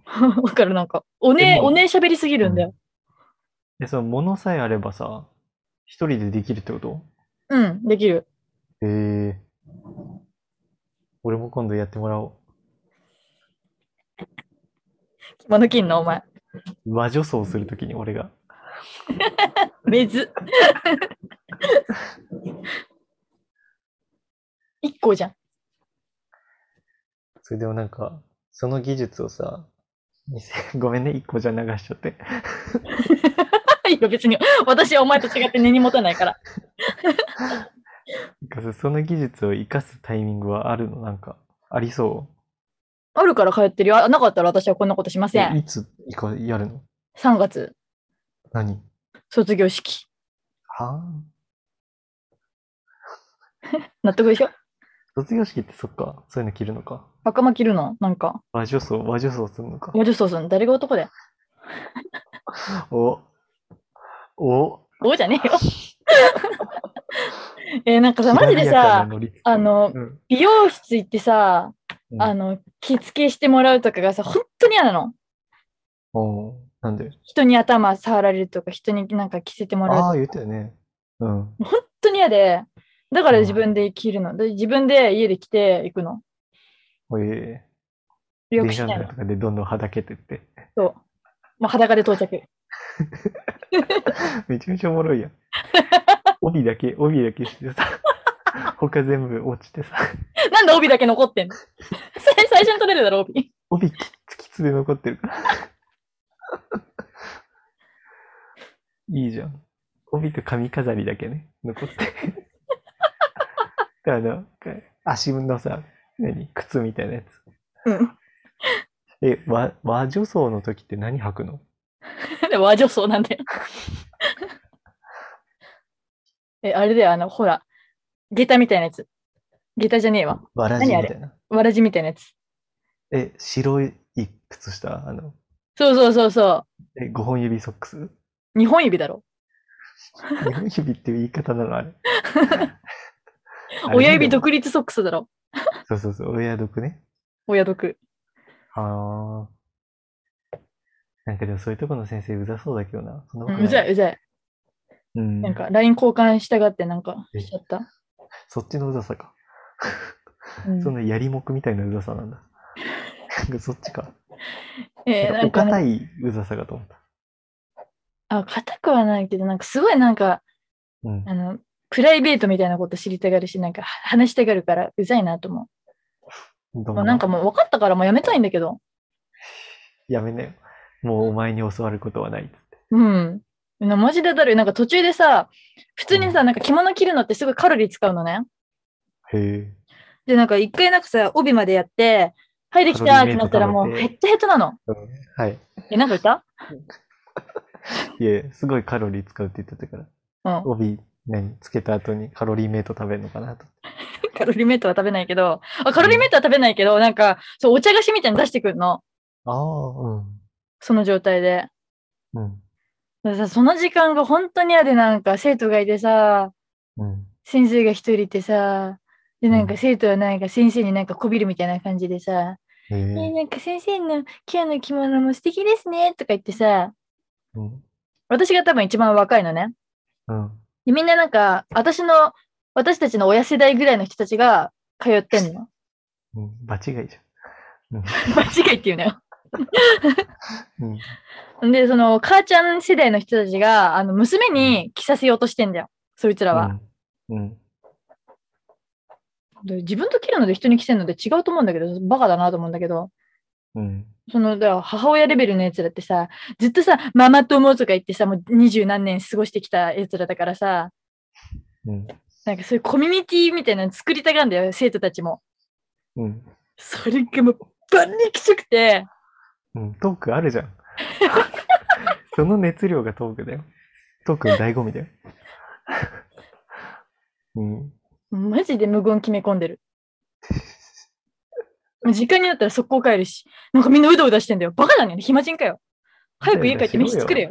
B: だからなんか、お
A: で
B: ね
A: も
B: おね喋りすぎるんだよ。
A: え、その物さえあればさ、一人でできるってこと
B: うん、できる。
A: へえ。俺も今度やってもらお
B: 着物着んの、お前。
A: う。和女装するときに俺が。
B: めず。 一個じゃん。
A: それでもなんか、その技術をさ、見せ ごめんね、一個じゃ流しちゃって。
B: いいよ、別に。私はお前と違って根に持たないから。
A: なんかさその技術を生かすタイミングはあるのなんか、ありそ
B: あるから通ってるよ。あなかったら私はこんなことしま
A: う。
B: せ
A: え
B: ん。
A: いつ、いか、やるの
B: 3月、
A: 何
B: 卒業式。
A: はあ
B: 納得でしょ
A: 卒業式ってそっか、そういうの着るのか。
B: 袴着るのなんか。
A: 和女装、和女装するのか。
B: マジそうそう。誰が男だよ。
A: お、お、
B: おじゃねえよ。 えーなんかさ、マジで
A: きらびやかな
B: さ、
A: ノリ
B: あの
A: う、ん、
B: 美容室行ってさ
A: う、ん
B: あの、着付けしてもらうとかがさ、本当に嫌なの。
A: おーなんで
B: 人に頭触られるとか、人になんか着せてもらうとか
A: ああ、言ったよね。 うん。
B: 本当に嫌で、だから自分で着るの。で自分で家で着て行くの。
A: こういう
B: よく
A: 電
B: し
A: 車
B: ない
A: の
B: の
A: 中。とかでどんどんはだけてって。
B: そう。まあ、裸で到着。
A: めちゃめちゃおもろい やん。帯だけ、帯だけしてさ、他全部落ちてさ、
B: なんで帯だけ残ってんの それ最初に取れるだろ、帯。
A: 帯キツキツで残ってるから。いいじゃん。帯と髪飾りだけね、残って。 であの、足のさ、何靴みたいなやつ。
B: うん。
A: え、和、和女装の時って何履くの
B: でも和女装なんだよ。 え、あれだよ、あの、ほら、下駄みたいなやつ。下駄じゃねえわ。
A: わらじみ
B: 何あ
A: た
B: れ
A: いな。
B: わらじみたいなやつ。
A: え、白い靴下あの、
B: そうそうそうそ
A: え、5本指ソッ クス
B: う。日本指だろ。
A: ?2 本指っていう言い方なの あれ。
B: 親指
A: と
B: 独立ソックスだろ。
A: そうそうそう、親毒ね。
B: 親独。
A: ああ。なんかでもそういうとこの先生うざそうだけどな。そんなこ
B: う
A: と
B: ん
A: ないう
B: ざい、うざい。
A: うん
B: なんか、LINE 交換したがって、なんか、しちゃった。
A: そっちのうざさか。
B: うん
A: そんなやりもくみたいなうざ さなんだ。なんかそっちか。
B: えー、
A: なん
B: な
A: かお
B: んかね、
A: 堅いうざさかと思った。
B: あ、硬くはないけど、なんかすごいなんか、
A: うん。
B: あの、プライベートみたいなこと知りたがるし、なんか話したがるから、うざいなと思う。
A: どん
B: もうなんかもう分かったからもうやめたいんだけど。
A: やめなよ。もうお前に教わることはないっつって。
B: うん。なマジでだるい。なんか途中でさ、普通にさ、なんか着物着るのってすごいカロリー使うのね。
A: へ
B: で、なんか一回なんかさ、帯までやって、はい、できたーってなったらも
A: カ
B: う
A: ロリーメイト
B: ヘッドヘッドなの。
A: え。はい。
B: え、なんか言 った
A: いえ、すごいカロリー使うって言ってたから。
B: うん。
A: 帯、何つけた後にカロリーメイト食べるのかなと。
B: カロリーメイトは食べないけど、あカロリーメイトは食べないけど、なんか、そう、お茶菓子みたいに出してくるの。
A: ああ、
B: その状態で。
A: うん。うん。
B: だからさその時間が本当に嫌でなんか生徒がいてさ、
A: うん。
B: 先生が一人いてさ、で、なん
A: う
B: か
A: ん
B: 生徒はなんか先生になんかこびるみたいな感じでさ、
A: へ
B: ねえ
A: え。
B: なんか先生の今日の着物も素敵ですねとか言ってさ、
A: うん。
B: 私が多分一番若いのね。
A: うん。
B: でみんななんか、私の、私たちの親世代ぐらいの人たちが通ってんの。
A: うん。場違いじゃん。うん。
B: 間違いっていうのよ。
A: うん
B: で、その、母ちゃん世代の人たちが、あの、娘に着させようとしてんだよ。そいつらは。
A: うん。うん。
B: で自分と着るので人に着せるので違うと思うんだけど、バカだなと思うんだけど。
A: うん。
B: その、だから母親レベルのやつらってさ、ずっとさ、ママ友とか言ってさ、もう二十何年過ごしてきたやつらだからさ、
A: うん。
B: なんかそういうコミュニティみたいなの作りたがるんだよ、生徒たちも。
A: うん。
B: それがもう、バンにきつくて、
A: うん。トークあるじゃん。 その熱量がトークだよ。トークの醍醐味だよ。 うん。
B: マジで無言決め込んでる。もう時間になったら速攻帰るし、なんかみんなうだうだしてんだよ。バカだね、暇人かよ。早く家帰って飯作れよ。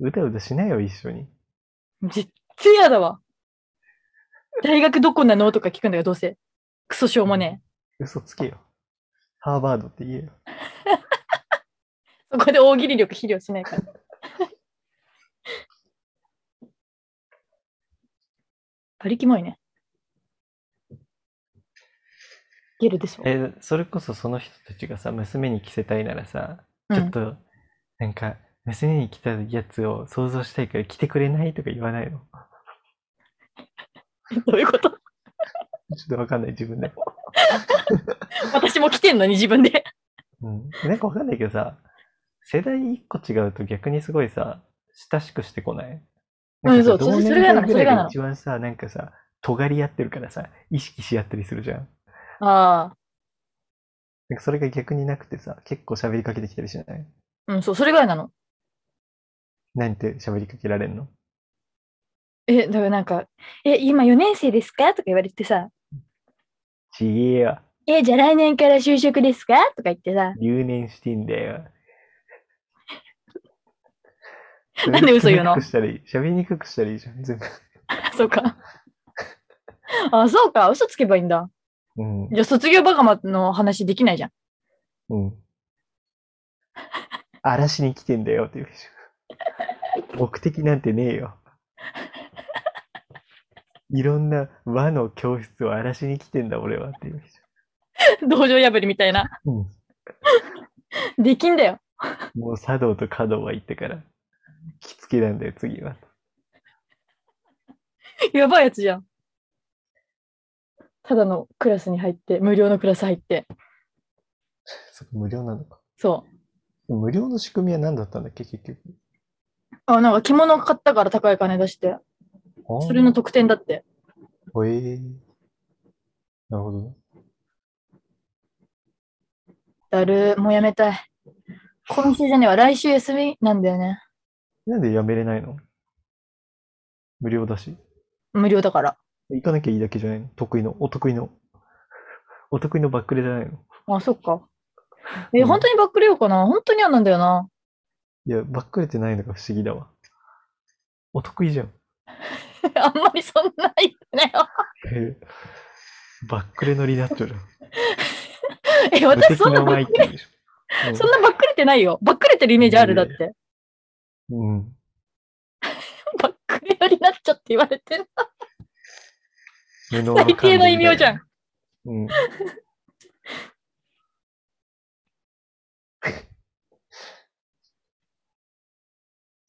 A: うだうだしないよ、一緒に。
B: 絶対嫌だわ。大学どこなのとか聞くんだよ、どうせ。クソしょうもね
A: 嘘つけよ。ハーバードって言えよ。
B: え。そこで大喜利力肥料しないから。パリキモいね。ゲルでしょ。
A: え、それこそその人たちがさ、娘に着せたいならさ、
B: うん
A: ちょっと、なんか、娘に着たやつを想像したいから着てくれないとか言わないの。
B: どういうこと
A: ちょっとわかんない、自分でも。
B: 私も来てんのに自分で。
A: うん、なんかわかんないけどさ、世代一個違うと逆にすごいさ、親しくしてこない。なんかさ
B: うんそうそ
A: 同年
B: れがな
A: 代
B: の
A: ぐらい
B: それがな
A: が
B: の
A: 一番さ、なんかさ、尖り合ってるからさ、意識し合ったりするじゃん。
B: あ
A: なんかそれが逆になくてさ、結構喋りかけてきたりしない
B: あ、うん、そう、それぐらいなの。
A: なんて喋りかけられんの
B: え、だからなんか、え、今4年生ですかとか言われてさ、
A: ちげえよ、
B: え、じゃあ来年から就職ですかとか言ってさ、
A: 留年してんだよ。
B: なんで嘘言うの
A: 喋りにくくしたり喋りにくくしたらいいじゃん、全部。
B: そうか。あ、そうか、嘘つけばいいんだ。
A: うん。
B: じゃあ卒業バカマの話できないじゃん。
A: うん。嵐に来てんだよっていう。目的なんてねえよ。いろんな和の教室を嵐に来てんだ俺はっていう。
B: 道場破りみたいな。
A: うん
B: できんだよ。
A: もう茶道と華道は行ってから、着付けなんだよ次は。
B: やばいやつじゃん。ただのクラスに入って、無料のクラス入って。
A: そこ無料なのか。
B: そ
A: 無料の仕組みは何だったんだっけ結局。
B: あ、なんか着物買ったから高い金出して。それの特典だって。
A: ほえーなるほどね。
B: だるー、もうやめたい。今週じゃねえわ、来週休みなんだよね。
A: なんでやめれないの無料だし。
B: 無料だから。
A: 行かなきゃいいだけじゃないの得意の、お得意の。 お得意のバックレじゃないの
B: あ、そっか。え、
A: うん
B: 本当にバックレようかな本当に嫌なんだよな。
A: いや、バックレてないのが不思議だわ。お得意じゃん。
B: あんまりそんなないよね。
A: へえバックレ乗りになっちゃうじゃん。
B: え、
A: 無
B: 私
A: 敵
B: そんな
A: な
B: バ
A: マ
B: ッ
A: イ
B: ク
A: クでしょ。
B: そんなバックレてないよ。バックレてるイメージあるだって。
A: うん。うん
B: バックレ寄りになっちゃって言われてる。
A: 無能
B: 最低の異名じゃん。
A: うん。 い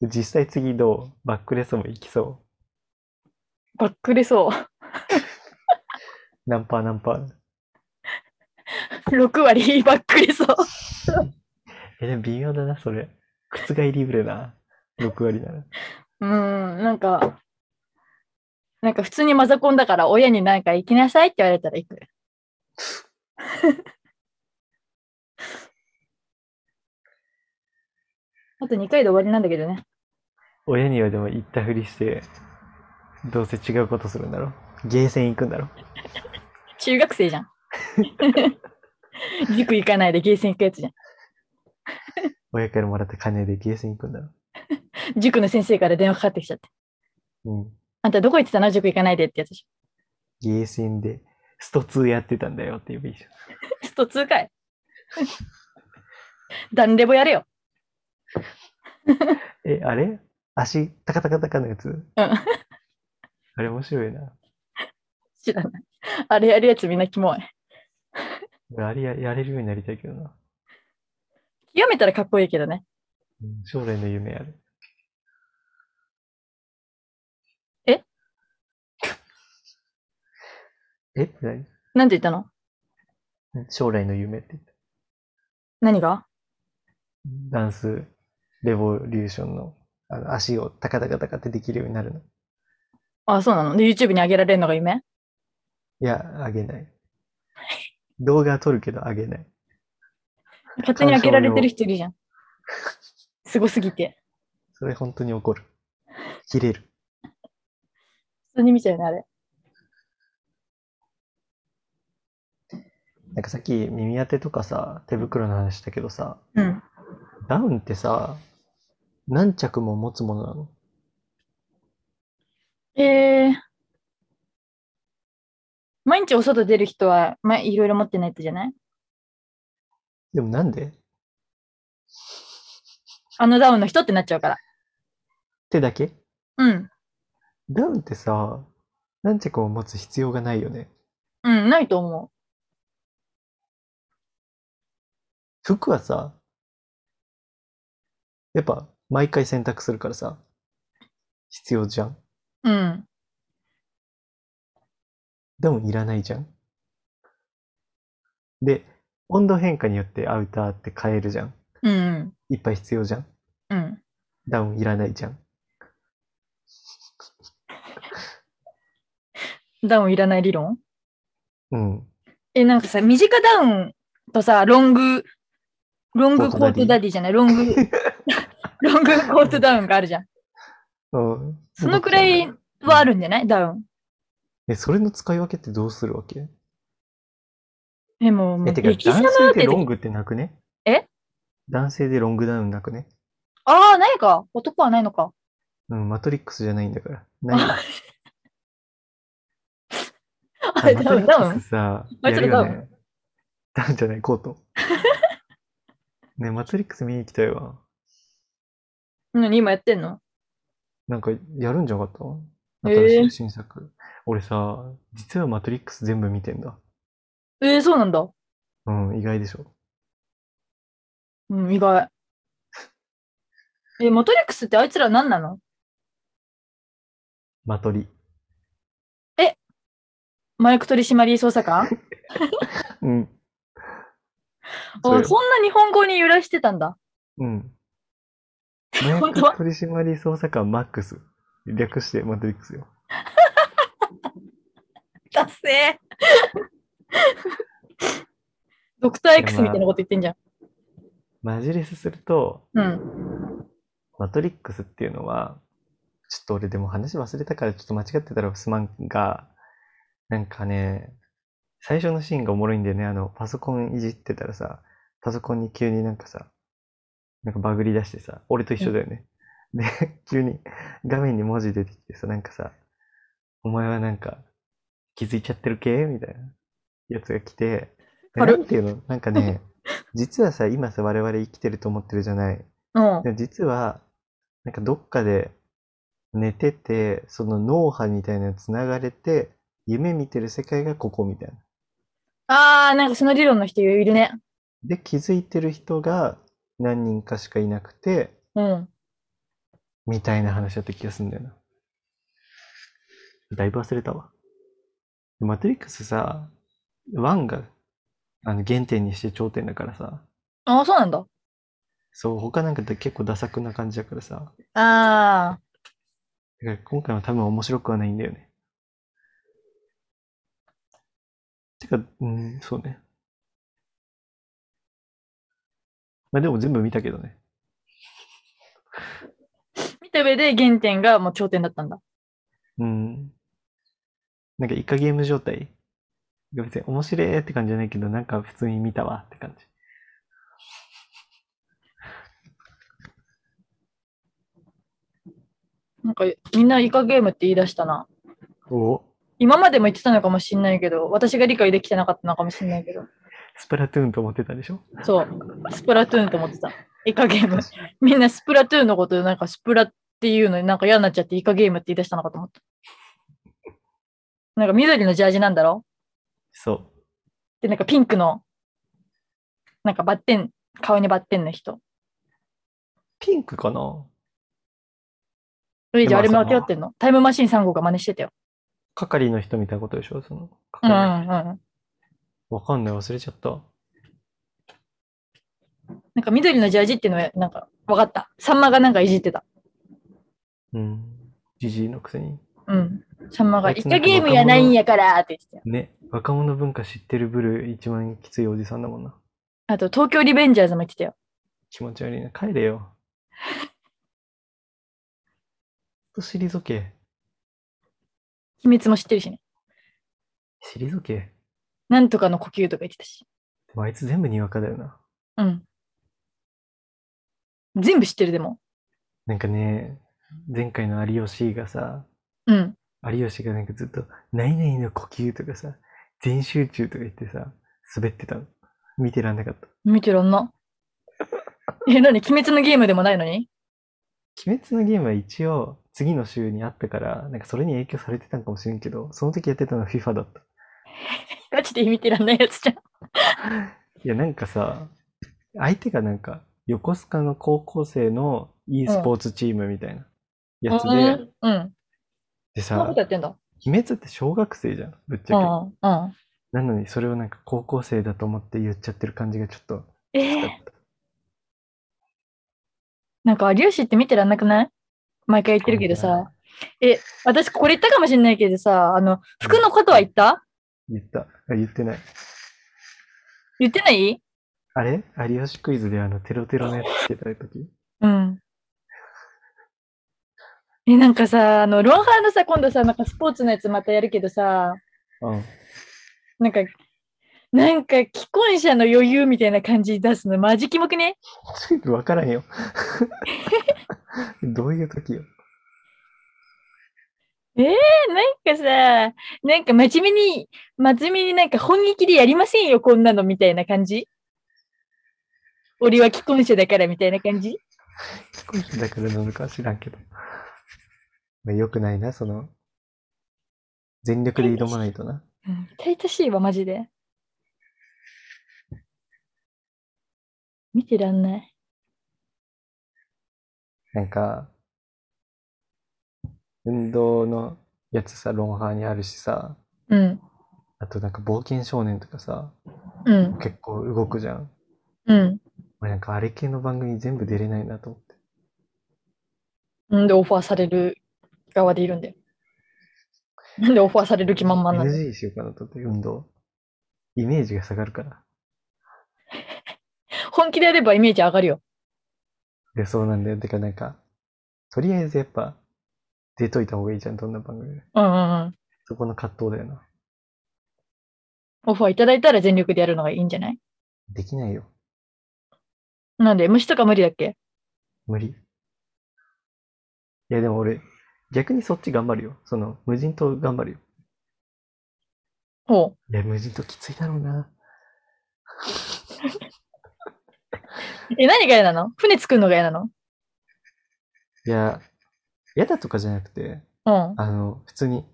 A: 実際次どうバックレスも行きそ。
B: バックレそう
A: ナンパーナンパー。
B: う。6割バックレそう。
A: え、でも微妙だな、それ。覆リブレな。6割なら。
B: うん、なんか、なんか普通にマザコンだから親になんか行きなさいって言われたら行 く。あと2回で終わりなんだけどね。
A: 親にはでも行ったふりして、どうせ違うことするんだろ。ゲーセン行くんだろ。
B: 中学生じ ゃん。塾行かないでゲーセン行くやつじゃ
A: 親からもらった金でゲーセン行くんだろ。
B: ん。塾の先生から電話かかってきちゃって。
A: うん。
B: あんたどこ行ってたの塾行かないでってやつでし
A: ゲーセンでスト2やってたんだよって言えばいいじゃん。
B: ょ。スト2回。誰でもやれよ。
A: え、あれ足、タカタカタカのやつ うん。あれ面白いな。
B: 知らない。あれやるやつみんなキモい。
A: 俺あれややれるようになりたいけどな。
B: 極めたらかっこいいけどね。
A: うん将来の夢ある。
B: え
A: えって何
B: なんて言ったの
A: うん将来の夢って言った。
B: 何が
A: ダンスレボリューションのあの足をタカタカタカってできるようになるの。
B: あ、そうなので、YouTube に上げられるのが夢
A: いや、あげ ない。動画は撮るけどあげない。
B: 勝手に上げられてる人いるじゃん。すごすぎて。
A: それ本当に怒る。切れる。
B: 普通に見ちゃうよね、あれ。
A: なんかさっき耳当てとかさ、手袋の話したけどさ、
B: うん。
A: ダウンってさ、何着も持つものなの
B: えー。毎日お外出る人は、まあ、いろいろ持ってないってじゃない
A: でもなんで
B: あのダウンの人ってなっちゃうから。
A: 手だけ
B: うん。
A: ダウンってさ、何着も持つ必要がないよね。
B: うん、ないと思
A: 服はさ、やっぱ毎回洗濯するからさ、必要じゃん。
B: う。うん。
A: ダウンいらないじゃん。で、温度変化によってアウターって変えるじゃん。
B: うん。
A: いっぱい必要じゃん。
B: うん。
A: ダウンいらないじゃん。
B: ダウンいらない理論
A: うん。
B: え、なんかさ、短ダウンとさ、ロング、ロングコートダディじゃないロング、ロングコートダウンがあるじゃん。
A: うん
B: そのくらいはあるんじゃないダウン。
A: え、それの使い分けってどうするわけ
B: でも、も
A: え、
B: う
A: てか、
B: 激
A: 男
B: 様
A: 性
B: って
A: でロングってなくね
B: え
A: 男性でロングダウンなくね
B: ああ、ないか。男はないのか。
A: うん、マトリックスじゃないんだから。ないよ。
B: あれ、
A: マ
B: ダ
A: ト
B: ウ
A: リ
B: ン、ダ
A: ッ
B: ウ
A: ク
B: ン
A: スさ、
B: あいつら
A: やるよ
B: ダウ
A: ね。ダウンじゃない、コー ト。ね、マトリックス見に行きたいわ。
B: 何今やってんの
A: なんか、やるんじゃなかった
B: えー
A: 新しい新作。俺さ、実はマトリックス全部見てんだ。
B: えー、そうなんだ。
A: うん、意外でしょ。
B: うん、意外。えー、マトリックスってあいつら何なの
A: マトリ。
B: 麻薬取締捜査官
A: うん。
B: あ
A: う
B: ー
A: よ
B: そんな日本語に揺らしてたんだ。
A: うん。麻
B: 本
A: 薬
B: 当は
A: 取締捜査官マックス。略してマトリックスよ。
B: 達成ドクター X みたいなこと言ってんじゃん。
A: マジレスすると、
B: うん。
A: マトリックスっていうのは、ちょっと俺でも話忘れたからちょっと間違ってたらすまんが、なんかね、最初のシーンがおもろいんだよね。あの、パソコンいじってたらさ、パソコンに急になんかさ、なんかバグり出してさ、俺と一緒だよね。で、急に画面に文字出てきてさ、なんかさ、お前はなんか気づいちゃってる系みたいなやつが来て、で
B: あれ
A: なんていうのなんかね、実はさ、今さ、我々生きてると思ってるじゃない。
B: うん。
A: でも実は、なんかどっかで寝てて、その脳波みたいなのつながれて、夢見てる世界がここみたいな。
B: あー、なんかその理論の人いるね。
A: で、気づいてる人が何人かしかいなくて、
B: うん。
A: みたいな話だった気がするんだよな。だいぶ忘れたわ。マトリックスさ、1があの原点にして頂点だからさ、
B: あー、そうなんだ。
A: そう、他なんかって結構ダサくな感じだからさ、
B: あ
A: だから今回は多分面白くはないんだよね。てか、うん、そうね。まあでも全部見たけどね。
B: ー。見た上で原点がもう頂点だったんだ。
A: うん。なんかイカゲーム状態が別に面白いって感じじゃないけど、なんか普通に見たわって感じ。
B: なんかみんなイカゲームって言い出したな。
A: お
B: 今までも言ってたのかもしんないけど、私が理解できてなかったのかもしんないけど。
A: スプラトゥーンと思ってたでしょ
B: そう。スプラトゥーンと思ってた。イカゲーム。みんなスプラトゥーンのことでなんかスプラっていうのになんか嫌になっちゃってイカゲームって言い出したのかと思った。なんか緑のジャージなんだろ
A: そう。
B: で、なんかピンクの、なんかバッテン、顔にバッテンの人。
A: ピンクかな
B: ルイージ
A: でも
B: あれ
A: その
B: 間違ってんのタイムマシーン3号が真似してたよ。
A: 係の人みたいなことでしょその、
B: うんう
A: 係の人
B: んうん。
A: わかんない、忘れちゃった。
B: なんか緑のジャージっていうのはなんか分かった。サンマがなんかいじってた。
A: うん。じじいのくせに。
B: うん。サンマが
A: あ
B: イ
A: いつ
B: カゲームやないんやからって言ってたよ。
A: ね、若者文化知ってるブルー一番きついおじさんだもんな。
B: あと東京リベンジャーズも言ってたよ。
A: 気持ち悪いな。帰れよ。ほんと退け。
B: 秘密も知ってるしね。
A: 退け。で
B: なんとかの呼吸とか言ってたし。
A: もあいつ全部にわかだよな。
B: うん。全部知ってるでも。
A: なんかね、前回の有吉がさ、
B: うん。
A: 有吉がなんかずっと、何々の呼吸とかさ、全集中とか言ってさ、滑ってたの。見てらんなかった。
B: 見てらんな。 え、なに鬼滅のゲームでもないのに
A: 鬼滅のゲームは一応、次の週にあったから、なんかそれに影響されてたんかもしれんけど、その時やってたのは FIFA だった。
B: ガチで見てらんないやつじゃん。
A: いや、なんかさ、相手がなんか、横須賀の高校生の e スポーツチームみたいなやつで、
B: うん。うん。
A: で
B: そんな
A: さ
B: こと、やってんだ。
A: 鬼滅って小学生じゃん、ぶっち
B: う
A: ゃけ。
B: ん。うん。
A: なのに、それをなんか高校生だと思って言っちゃってる感じがちょっ と、
B: ええなんか有吉って見てらんなくない毎回言ってるけど
A: ごめん
B: さ。え、私これ言ったかもしれないけどさ、あの、服のことは言った
A: 言った。あ言ってない。
B: 言ってない
A: あれ有吉クイズであの、テロテロのやつしてた時
B: うん。え、なんかさ、あの、ロンハーのさ、今度さ、なんかスポーツのやつまたやるけどさ、
A: うん。
B: なんか、なんか既婚者の余裕みたいな感じ出すの、マジキモくね
A: ちょっとわからんよ。 どういう時よ。
B: え、なんかさ、なんか真面目に、真面目になんか本気でやりませんよ、こんなのみたいな感じ俺は既婚者だからみたいな感じ
A: 聞こえてだからなのかは知らんけど。まあ、よくないな、その、全力で挑まないとな。
B: うん、痛々しいわ、マジで。見てらんない。
A: なんか、運動のやつさ、ロンハーにあるしさ、
B: うん、
A: あとなんか冒険少年とかさ、
B: うん、
A: 結構動くじゃん。
B: うん。
A: 俺なんかあれ系の番組全部出れないなと思って。
B: なんでオファーされる側でいるんだよ。なんでオファーされる気満々なんだよ。
A: NG しようかなと思って、運動。イメージが下がるから。
B: 本気でやればイメージ上がるよ。
A: いや、そうなんだよ。てか、なんか、とりあえずやっぱ、出といた方がいいじゃん、どんな番組で。
B: うんうんうん。
A: そこの葛藤だよな。
B: オファーいただいたら全力でやるのがいいんじゃない
A: できないよ。
B: なんで虫とか無理だっけ
A: 無理。いや、でも俺、逆にそっち頑張るよ。その、無人島頑張るよ。
B: ほ
A: いや、無人島きついだろうな。
B: う。え、何が嫌なの船作るのが嫌なの
A: いや、嫌だとかじゃなくて、
B: うん。
A: あの、普通に、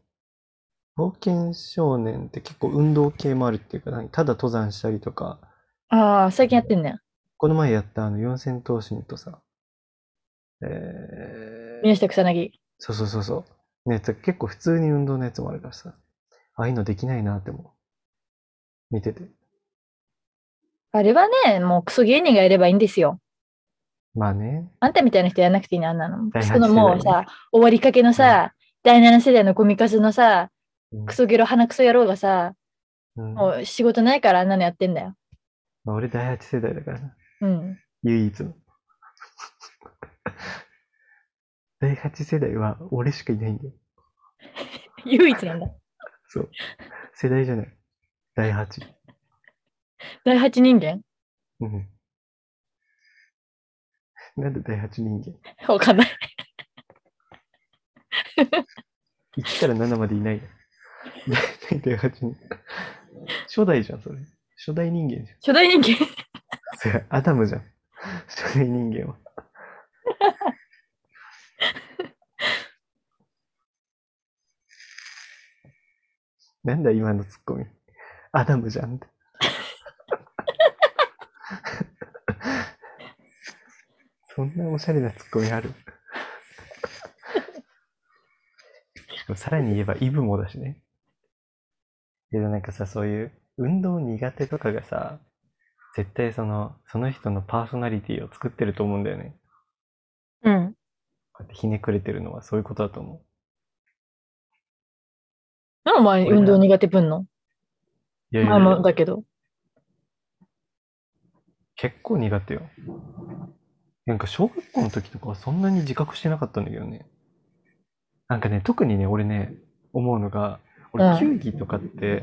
A: 冒険少年って結構運動系もあるっていうか、何ただ登山したりとか、
B: ああ、最近やってんね。
A: この前やったあの四千頭身とさ、えー、
B: 宮下草薙。
A: そうそうそうそう。ね、結構普通に運動のやつもあるからさ、ああいうのできないなって思う。見てて。
B: あれはね、もうクソ芸人がやればいいんですよ。
A: まあね、
B: あんたみたいな人やらなくていいの、あんなの。
A: 第
B: ク
A: 八
B: ソのもう
A: 世代
B: さ、終わりかけのさ、第7世代のゴミカスのさ、
A: うん
B: クソゲロ鼻クソ野郎がさ、
A: うん
B: もう仕事ないからあんなのやってんだよ。
A: まあ、俺第八世代だからな。
B: うん。
A: 唯一の。 第八世代は俺しかいないんだよ。
B: 唯一なんだ。
A: そう。世代じゃない。第八。
B: 第8人間
A: うん。なんで第八人間
B: わかんない。
A: 1から7までいないの。大体8人。初代じゃん、それ。初代人間じ
B: 初代人間
A: ゃん。 それ、アダムじゃん。初代人間は。なんだ今のツッコミ。アダムじゃんって。そんなおしゃれなツッコミあるでもさらに言えばイブもだしね。けどなんかさ、そういう運動苦手とかがさ、絶対その、その人のパーソナリティを作ってると思うんだよね。
B: うん。
A: こうやってひねくれてるのはそういうことだと思
B: なんでお前運動苦手ぶんの
A: う。いやいや
B: まあ
A: い
B: まあ
A: や、
B: だけど。
A: 結構苦手よ。なんか小学校の時とかはそんなに自覚してなかったんだけどね。なんかね、特にね、俺ね、思うのが、
B: うん
A: 俺球技とかって、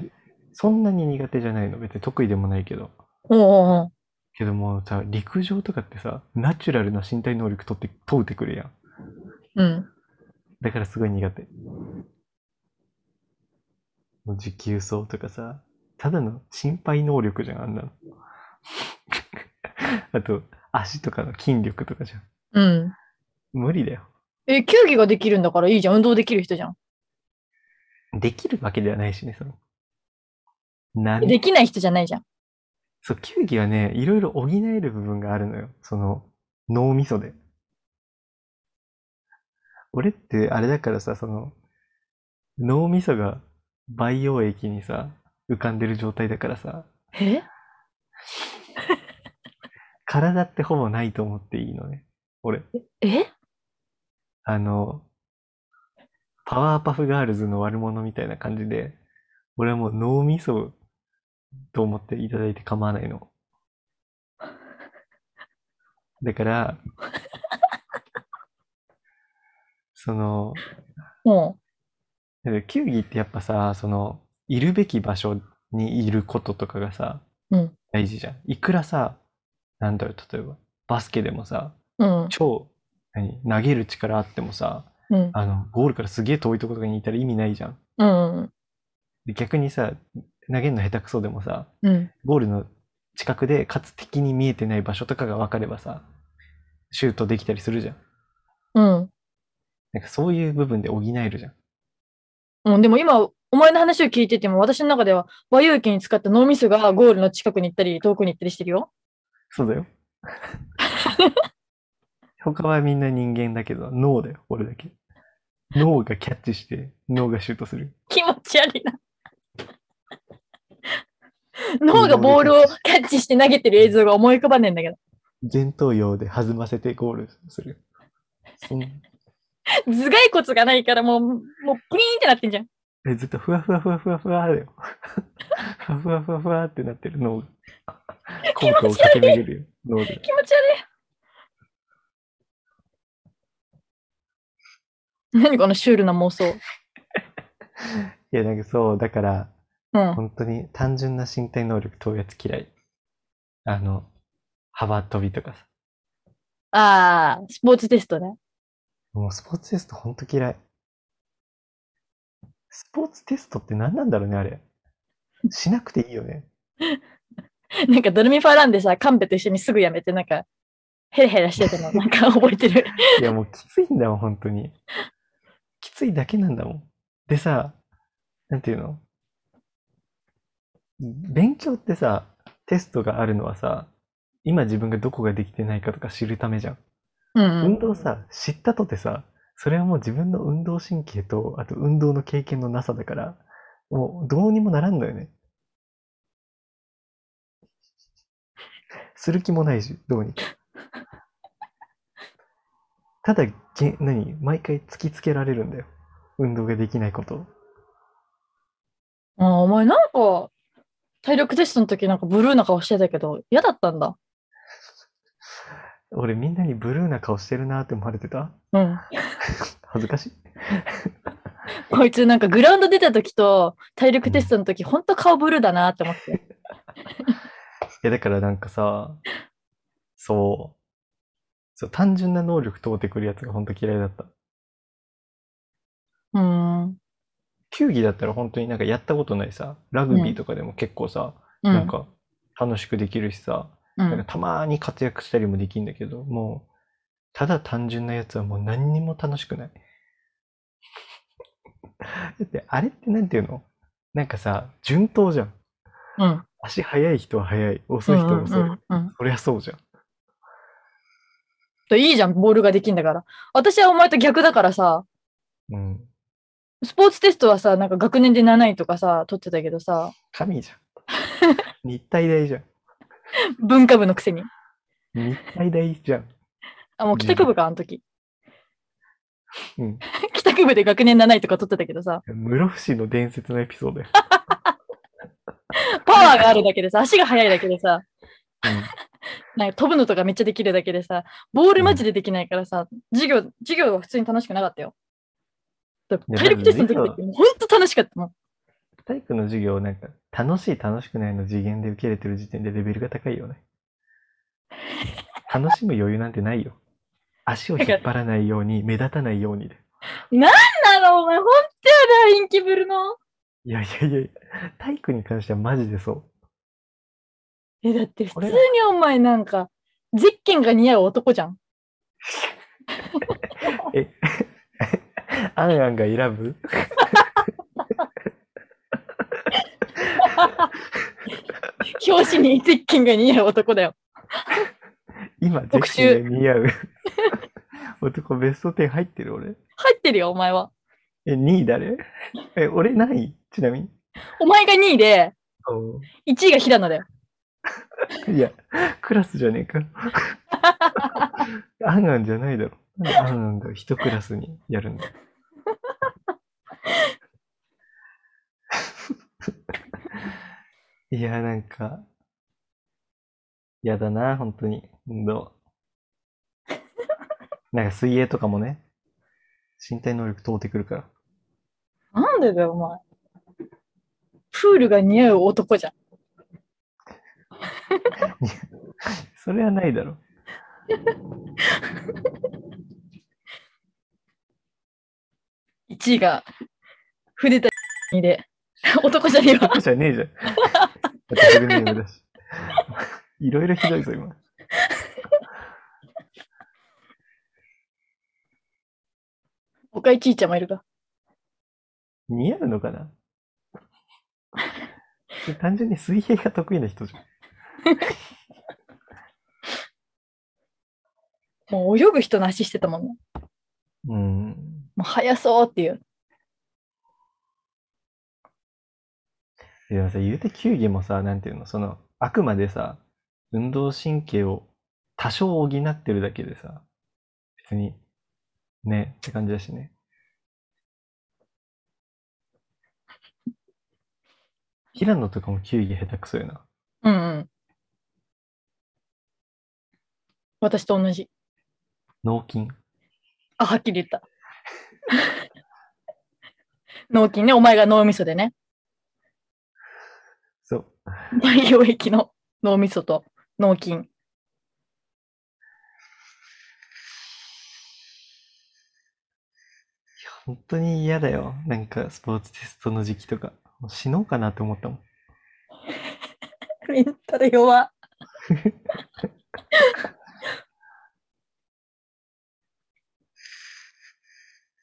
A: そんなに苦手じゃないの。別に得意でもないけど。
B: おうおうおう
A: けどもさ、陸上とかってさ、ナチュラルな身体能力とって、問うてくるやん。
B: うん。
A: だからすごい苦手。もう持久走とかさ、ただの心配能力じゃん、あんなの。 あと、足とかの筋力とかじゃん。
B: うん。
A: 無理だよ。
B: え、球技ができるんだからいいじゃん。運動できる人じゃん。
A: できるわけではないしね、その。何
B: できない人じゃないじゃん。
A: そう、球技はね、いろいろ補える部分があるのよ。その、脳みそで。俺って、あれだからさ、その、脳みそが培養液にさ、浮かんでる状態だからさ、
B: え
A: 体ってほぼないと思っていいのね。俺。
B: え
A: あの、パワーパフガールズの悪者みたいな感じで、俺はもう脳みそと思っていただいて構わないの。だから、その、
B: も
A: 球技ってやっぱさ、その、いるべき場所にいることとかがさ、
B: うん
A: 大事じゃん。いくらさ、なんだろう、例えば、バスケでもさ、
B: う。うん。
A: 超、何、投げる力あってもさ、
B: うん。
A: あの、ゴールからすげえ遠いところにいたら意味ないじゃん。
B: うん。
A: で逆にさ、投げるの下手くそでもさ、
B: うん。
A: ゴールの近くで、かつ敵に見えてない場所とかが分かればさ、シュートできたりするじゃん。
B: うん。
A: なんかそういう部分で補えるじゃん。
B: うん、でも今、お前の話を聞いてても、私の中では、和洋機に使った脳みそがゴールの近くに行ったり、遠くに行ったりしてるよ。
A: そうだよ。他はみんな人間だけど、脳だよ、俺だけ。脳がキャッチして、脳がシュートする。
B: 気持ち悪いな。脳がボールをキャッチして投げてる映像が思い浮かばねえんだけど。
A: 前頭葉で弾ませてゴールする。そん
B: 頭蓋骨がないからもう、もうプリーンってなってんじゃん。
A: え、ずっとふわふわふわふわふわだよ。ふわふわふわふわってなってる脳が。効果を駆け巡るよ、脳が。
B: 気持ち悪い。何このシュールな妄想。
A: いや、なんかそう、だから、
B: うん。
A: 本当に単純な身体能力問うやつ嫌い。あの、幅跳びとかさ。
B: ああ、スポーツテストね。
A: もうスポーツテスト本当嫌い。スポーツテストって何なんだろうね、あれ。しなくていいよね。
B: なんかドルミファランでさ、カンペと一緒にすぐやめて、なんか、ヘラヘラしてた の、なんか覚えてる。
A: いや、もうきついんだもん、本当に。きついだけなんだもん。でさ、なんていうの勉強ってさ、テストがあるのはさ、今自分がどこができてないかとか知るためじゃん。
B: うん、う
A: 運
B: ん。
A: 動さ、知ったとてさ、それはもう自分の運動神経と、あと運動の経験のなさだから、もうどうにもならんのよね。する気もないし、どうにか。ただ、げ何毎回突きつけられるんだよ。運動ができないことを。
B: あーお前なんか、体力テストの時なんかブルーな顔してたけど、嫌だったんだ。
A: 俺みんなにブルーな顔してるなって思われてた
B: うん。
A: 恥ずかしい。
B: こいつなんかグラウンド出た時と体力テストの時、ほんと顔ブルーだなって思って。
A: いやだからなんかさ、そう、そう単純な能力問うてくるやつが本当嫌いだった。
B: うーん。
A: 球技だったら本当になんかやったことないさ、ラグビーとかでも結構さ、
B: うん。
A: なんか楽しくできるしさ、
B: う
A: なん
B: ん。
A: かたまに活躍したりもできるんだけど、もう、ただ単純なやつはもう何にも楽しくない。 だってあれってなんていうのなんかさ、順当じゃん。
B: うん。
A: 足速い人は速い、遅い人は遅い。
B: うんうんうん
A: そりゃそうじゃん。
B: うん。いいじゃん、ボールができんだから。私はお前と逆だからさ、
A: うん。
B: スポーツテストはさ、なんか学年で7位とかさ、取ってたけどさ、
A: 神じゃん。日体大じゃん。
B: 文化部のくせに。
A: 日体大じゃん。
B: あ、もう帰宅部か、あの時。
A: うん。
B: 帰宅部で学年7位とか取ってたけどさ、
A: 室伏の伝説のエピソードや。
B: パワーがあるだけでさ、足が速いだけでさ、なんか飛ぶのとかめっちゃできるだけでさ、ボールマジでできないからさ、授業、授業は普通に楽しくなかったよ。だ
A: いや
B: 体力テストの時だって、ほんと楽しかったもん。
A: 体育の授業をなんか楽しい楽しくないの次元で受け入れてる時点でレベルが高いよね。楽しむ余裕なんてないよ。足を引っ張らないように目立たないようにで。
B: なんだろう、お前、ほんとやだ、インキブルの。
A: いやいやいや、体育に関してはマジでそう。
B: え、だって普通
A: 俺
B: に
A: ら
B: お前なんか、ゼッケンが似合う男じゃん。
A: え、アンアンが選ぶ
B: 表紙にゼッケンが似合う男だよ。
A: 今、
B: 特
A: 絶
B: 集
A: 対似合う。男ベスト10入ってる俺。
B: 入ってるよ、お前は。
A: え、2位誰え、俺何位ちなみに。
B: お前が2位で、
A: お
B: 1位が平野だよ。
A: いや、クラスじゃねえか。アンアンじゃないだろ。なんでアンアンが一クラスにやるんだ。いや、なんか、やだな、本当に。運動。なんか水泳とかもね、身体能力通ってくるから。
B: なんでだよ、お前。プールが似合う男じゃん。
A: それはないだろ。
B: 1位が、筆田にで、 男じゃねえ わ。
A: 男じゃねえじゃん。だってフルネームだし。いろいろひどいぞ、今。
B: 岡井ちいちゃんもいるか。
A: 似合うのかな それ単純に水平が得意な人じゃん。
B: もう泳ぐ人の足してたもんね。
A: うん。
B: もう速そうっていう。
A: でもさ、言うて球技もさ、なんていうの、その、あくまでさ、運動神経を多少補ってるだけでさ、別に、ね、って感じだしね。平野とかも球技下手くそやな。
B: うんうん。私と同じ。
A: 脳筋。
B: あ、はっきり言 った。脳筋ね、お前が脳みそでね。
A: そう。
B: 培養液の脳みそと脳筋。
A: 本当に嫌だよ。なんかスポーツテストの時期とか。もう死のうかなって思ったもん。
B: メンタル弱。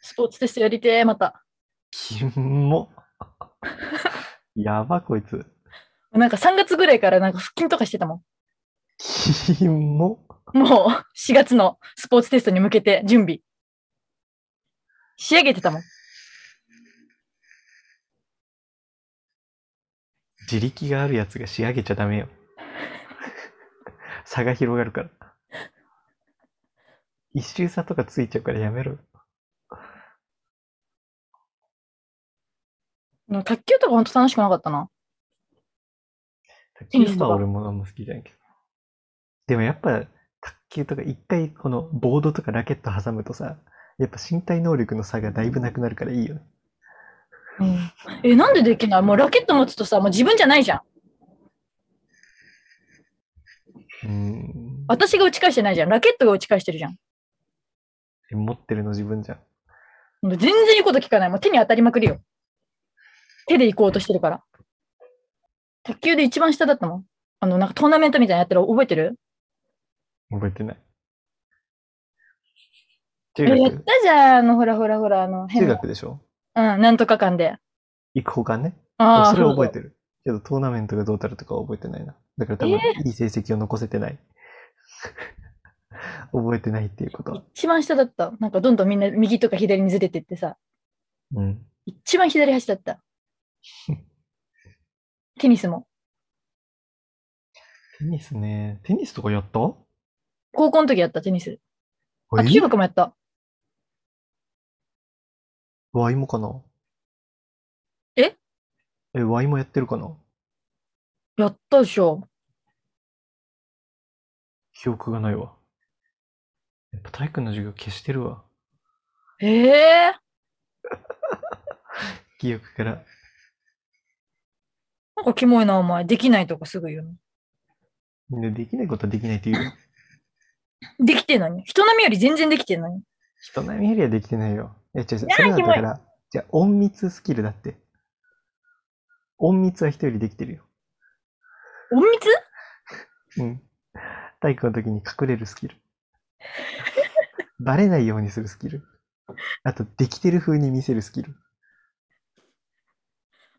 B: スポーツテストやりてー、また。
A: キモ。やばこいつ。
B: なんか3月ぐらいからなんか腹筋とかしてたも
A: キモ。
B: ん。もう4月のスポーツテストに向けて準備。仕上げてたもん。
A: 自力があるやつが仕上げちゃダメよ。差が広がるから。一周差とかついちゃうからやめろよ。
B: うん卓球とかほんと楽しくなかったな。
A: 卓
B: テニ
A: 球
B: スとか
A: は俺もあんま好きじゃないけど。でもやっぱ、卓球とか一回このボードとかラケット挟むとさ、やっぱ身体能力の差がだいぶなくなるからいいよね。
B: え、なんでできないもうラケット持つとさ、もう自分じゃないじゃん。
A: うーん。
B: 私が打ち返してないじゃん。ラケットが打ち返してるじゃん。
A: 持ってるの自分じゃん。
B: もう全然言うこと聞かない。もう手に当たりまくりよ。手で行こうとしてるから。卓球で一番下だったもん。あの、なんかトーナメントみたいなのやってる覚えてる
A: 覚えてない。
B: え
A: 中
B: やっ
A: 学
B: たじゃん。あの、ほらほらほら、あの、
A: 中
B: 変な。
A: 学でしょ
B: うん、なんとか間で。
A: 行く他ね。
B: ああ、
A: それは覚えて
B: る。
A: る。けどトーナメントがどうたるとかは覚えてないな。だから多分、いい成績を残せてない。 覚えてないっていうことは。
B: 一番下だった。なんかどんどんみんな右とか左にずれてってさ、
A: うん。
B: 一番左端だ った。テニスも。
A: テニスね。テニスとかやった
B: 高校の時やった、テニス。あ、
A: え
B: 中学もやった。
A: ワイもかな
B: え
A: え、ワイもやってるかな
B: やったでしょ。
A: 記憶がないわ。やっぱ体育の授業消してるわ。
B: ええ
A: 記憶から。
B: なんかキモいな、お前。できないとかすぐ言うの。
A: でできないことはできないって言うよ。
B: できてんのに。人並みより全然できてんのに。
A: 人並みよりはできてないよ。え、違う違う。そ
B: やー
A: れはだか
B: キモ
A: ら、じゃあ、隠密スキルだって。隠密は人よりできてるよ。
B: 隠密
A: うん。体育の時に隠れるスキル。バレないようにするスキル。あと、できてる風に見せるスキル。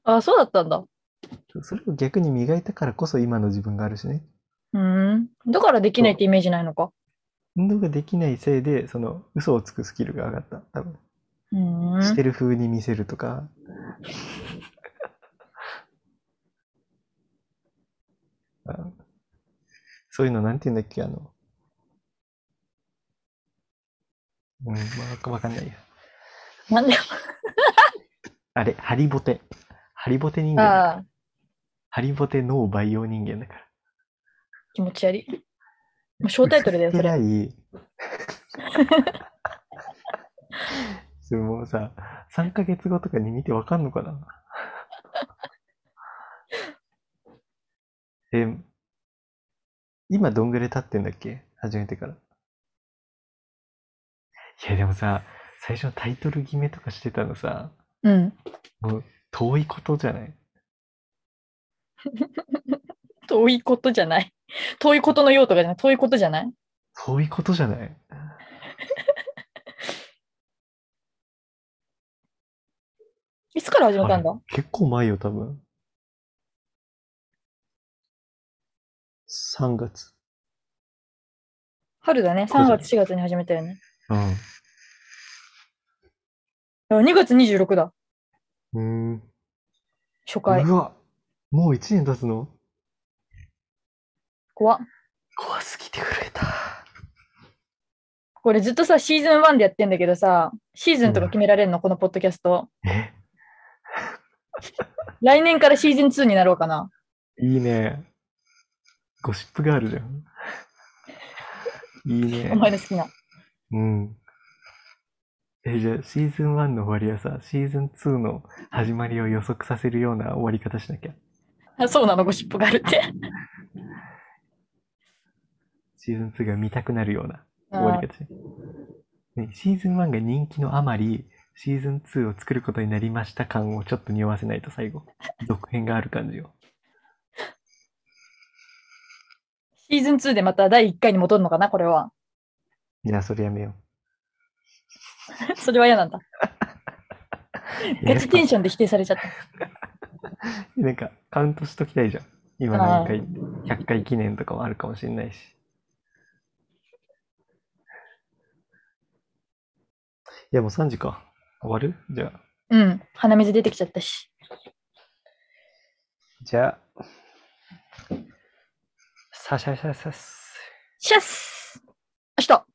B: あ、そうだったんだ。
A: それを逆に磨いたからこそ今の自分があるしね。
B: うーん。だからできないってイメージないのか。
A: 運動ができないせいで、その、嘘をつくスキルが上がった。多分。
B: うー
A: し
B: ん。
A: てる風に見せるとか。 あそういうの、なんて言うんだっけ、あの。うん、まあ、わかんないや。
B: なんで、
A: あれ、ハリボテ。ハリボテ人間だから。
B: ああ、
A: ハリボテ脳培養人間だから。
B: 気持ち悪い。もう小タイトルだよ、
A: 薄
B: そ
A: っ
B: れ。
A: ぺらい。 それもうさ、3ヶ月後とかに見てわかんのかな え、今どんぐらい経ってんだっけ始めてから。いやでもさ、最初のタイトル決めとかしてたのさ、
B: うん。
A: もう遠いことじゃない
B: 遠いことじゃない。遠いことの用とかじゃない。遠いことじゃない。
A: そういうことじゃない。
B: いつから始めたんだ
A: 結構前よ、多分。3月。
B: 春だね。3月、4月に始めたよね。
A: うん。
B: あ2月26だ。
A: うーん。
B: 初回。
A: うわ、もう1年経つの
B: 怖っ
A: 怖すぎて震えた。
B: ここれずっとさ、シーズン1でやってんだけどさ、シーズンとか決められるの、このポッドキャスト。
A: え
B: 来年からシーズン2になろうかな。
A: いいね。ゴシップガールじ ゃん。いいね
B: お。前の好きな。
A: うん。え、じゃあ、シーズン1の終わりはさ、シーズン2の始まりを予測させるような終わり方しなきゃ。
B: あそうなの、ゴシップがあるって。
A: シーズン2が見たくなるような終わり方しなきゃ。ね、シーズン1が人気のあまり、シーズン2を作ることになりました感をちょっと匂わせないと最 後、続編がある感じを。
B: シーズン2でまた第1回に戻るのかな、これは。
A: いや、それやめよ
B: それは嫌なんだ。
A: う。
B: ガチテンションで否定されちゃった。
A: なんかカウントしときたいじゃん。今
B: あ
A: 何
B: あ
A: 回、100回記念とかもあるかもしれないし。いや、もう3時か。終わるじゃあ。
B: うん、鼻水出てきちゃったし。
A: じゃあ。さしゃしゃさっす。
B: シャス明日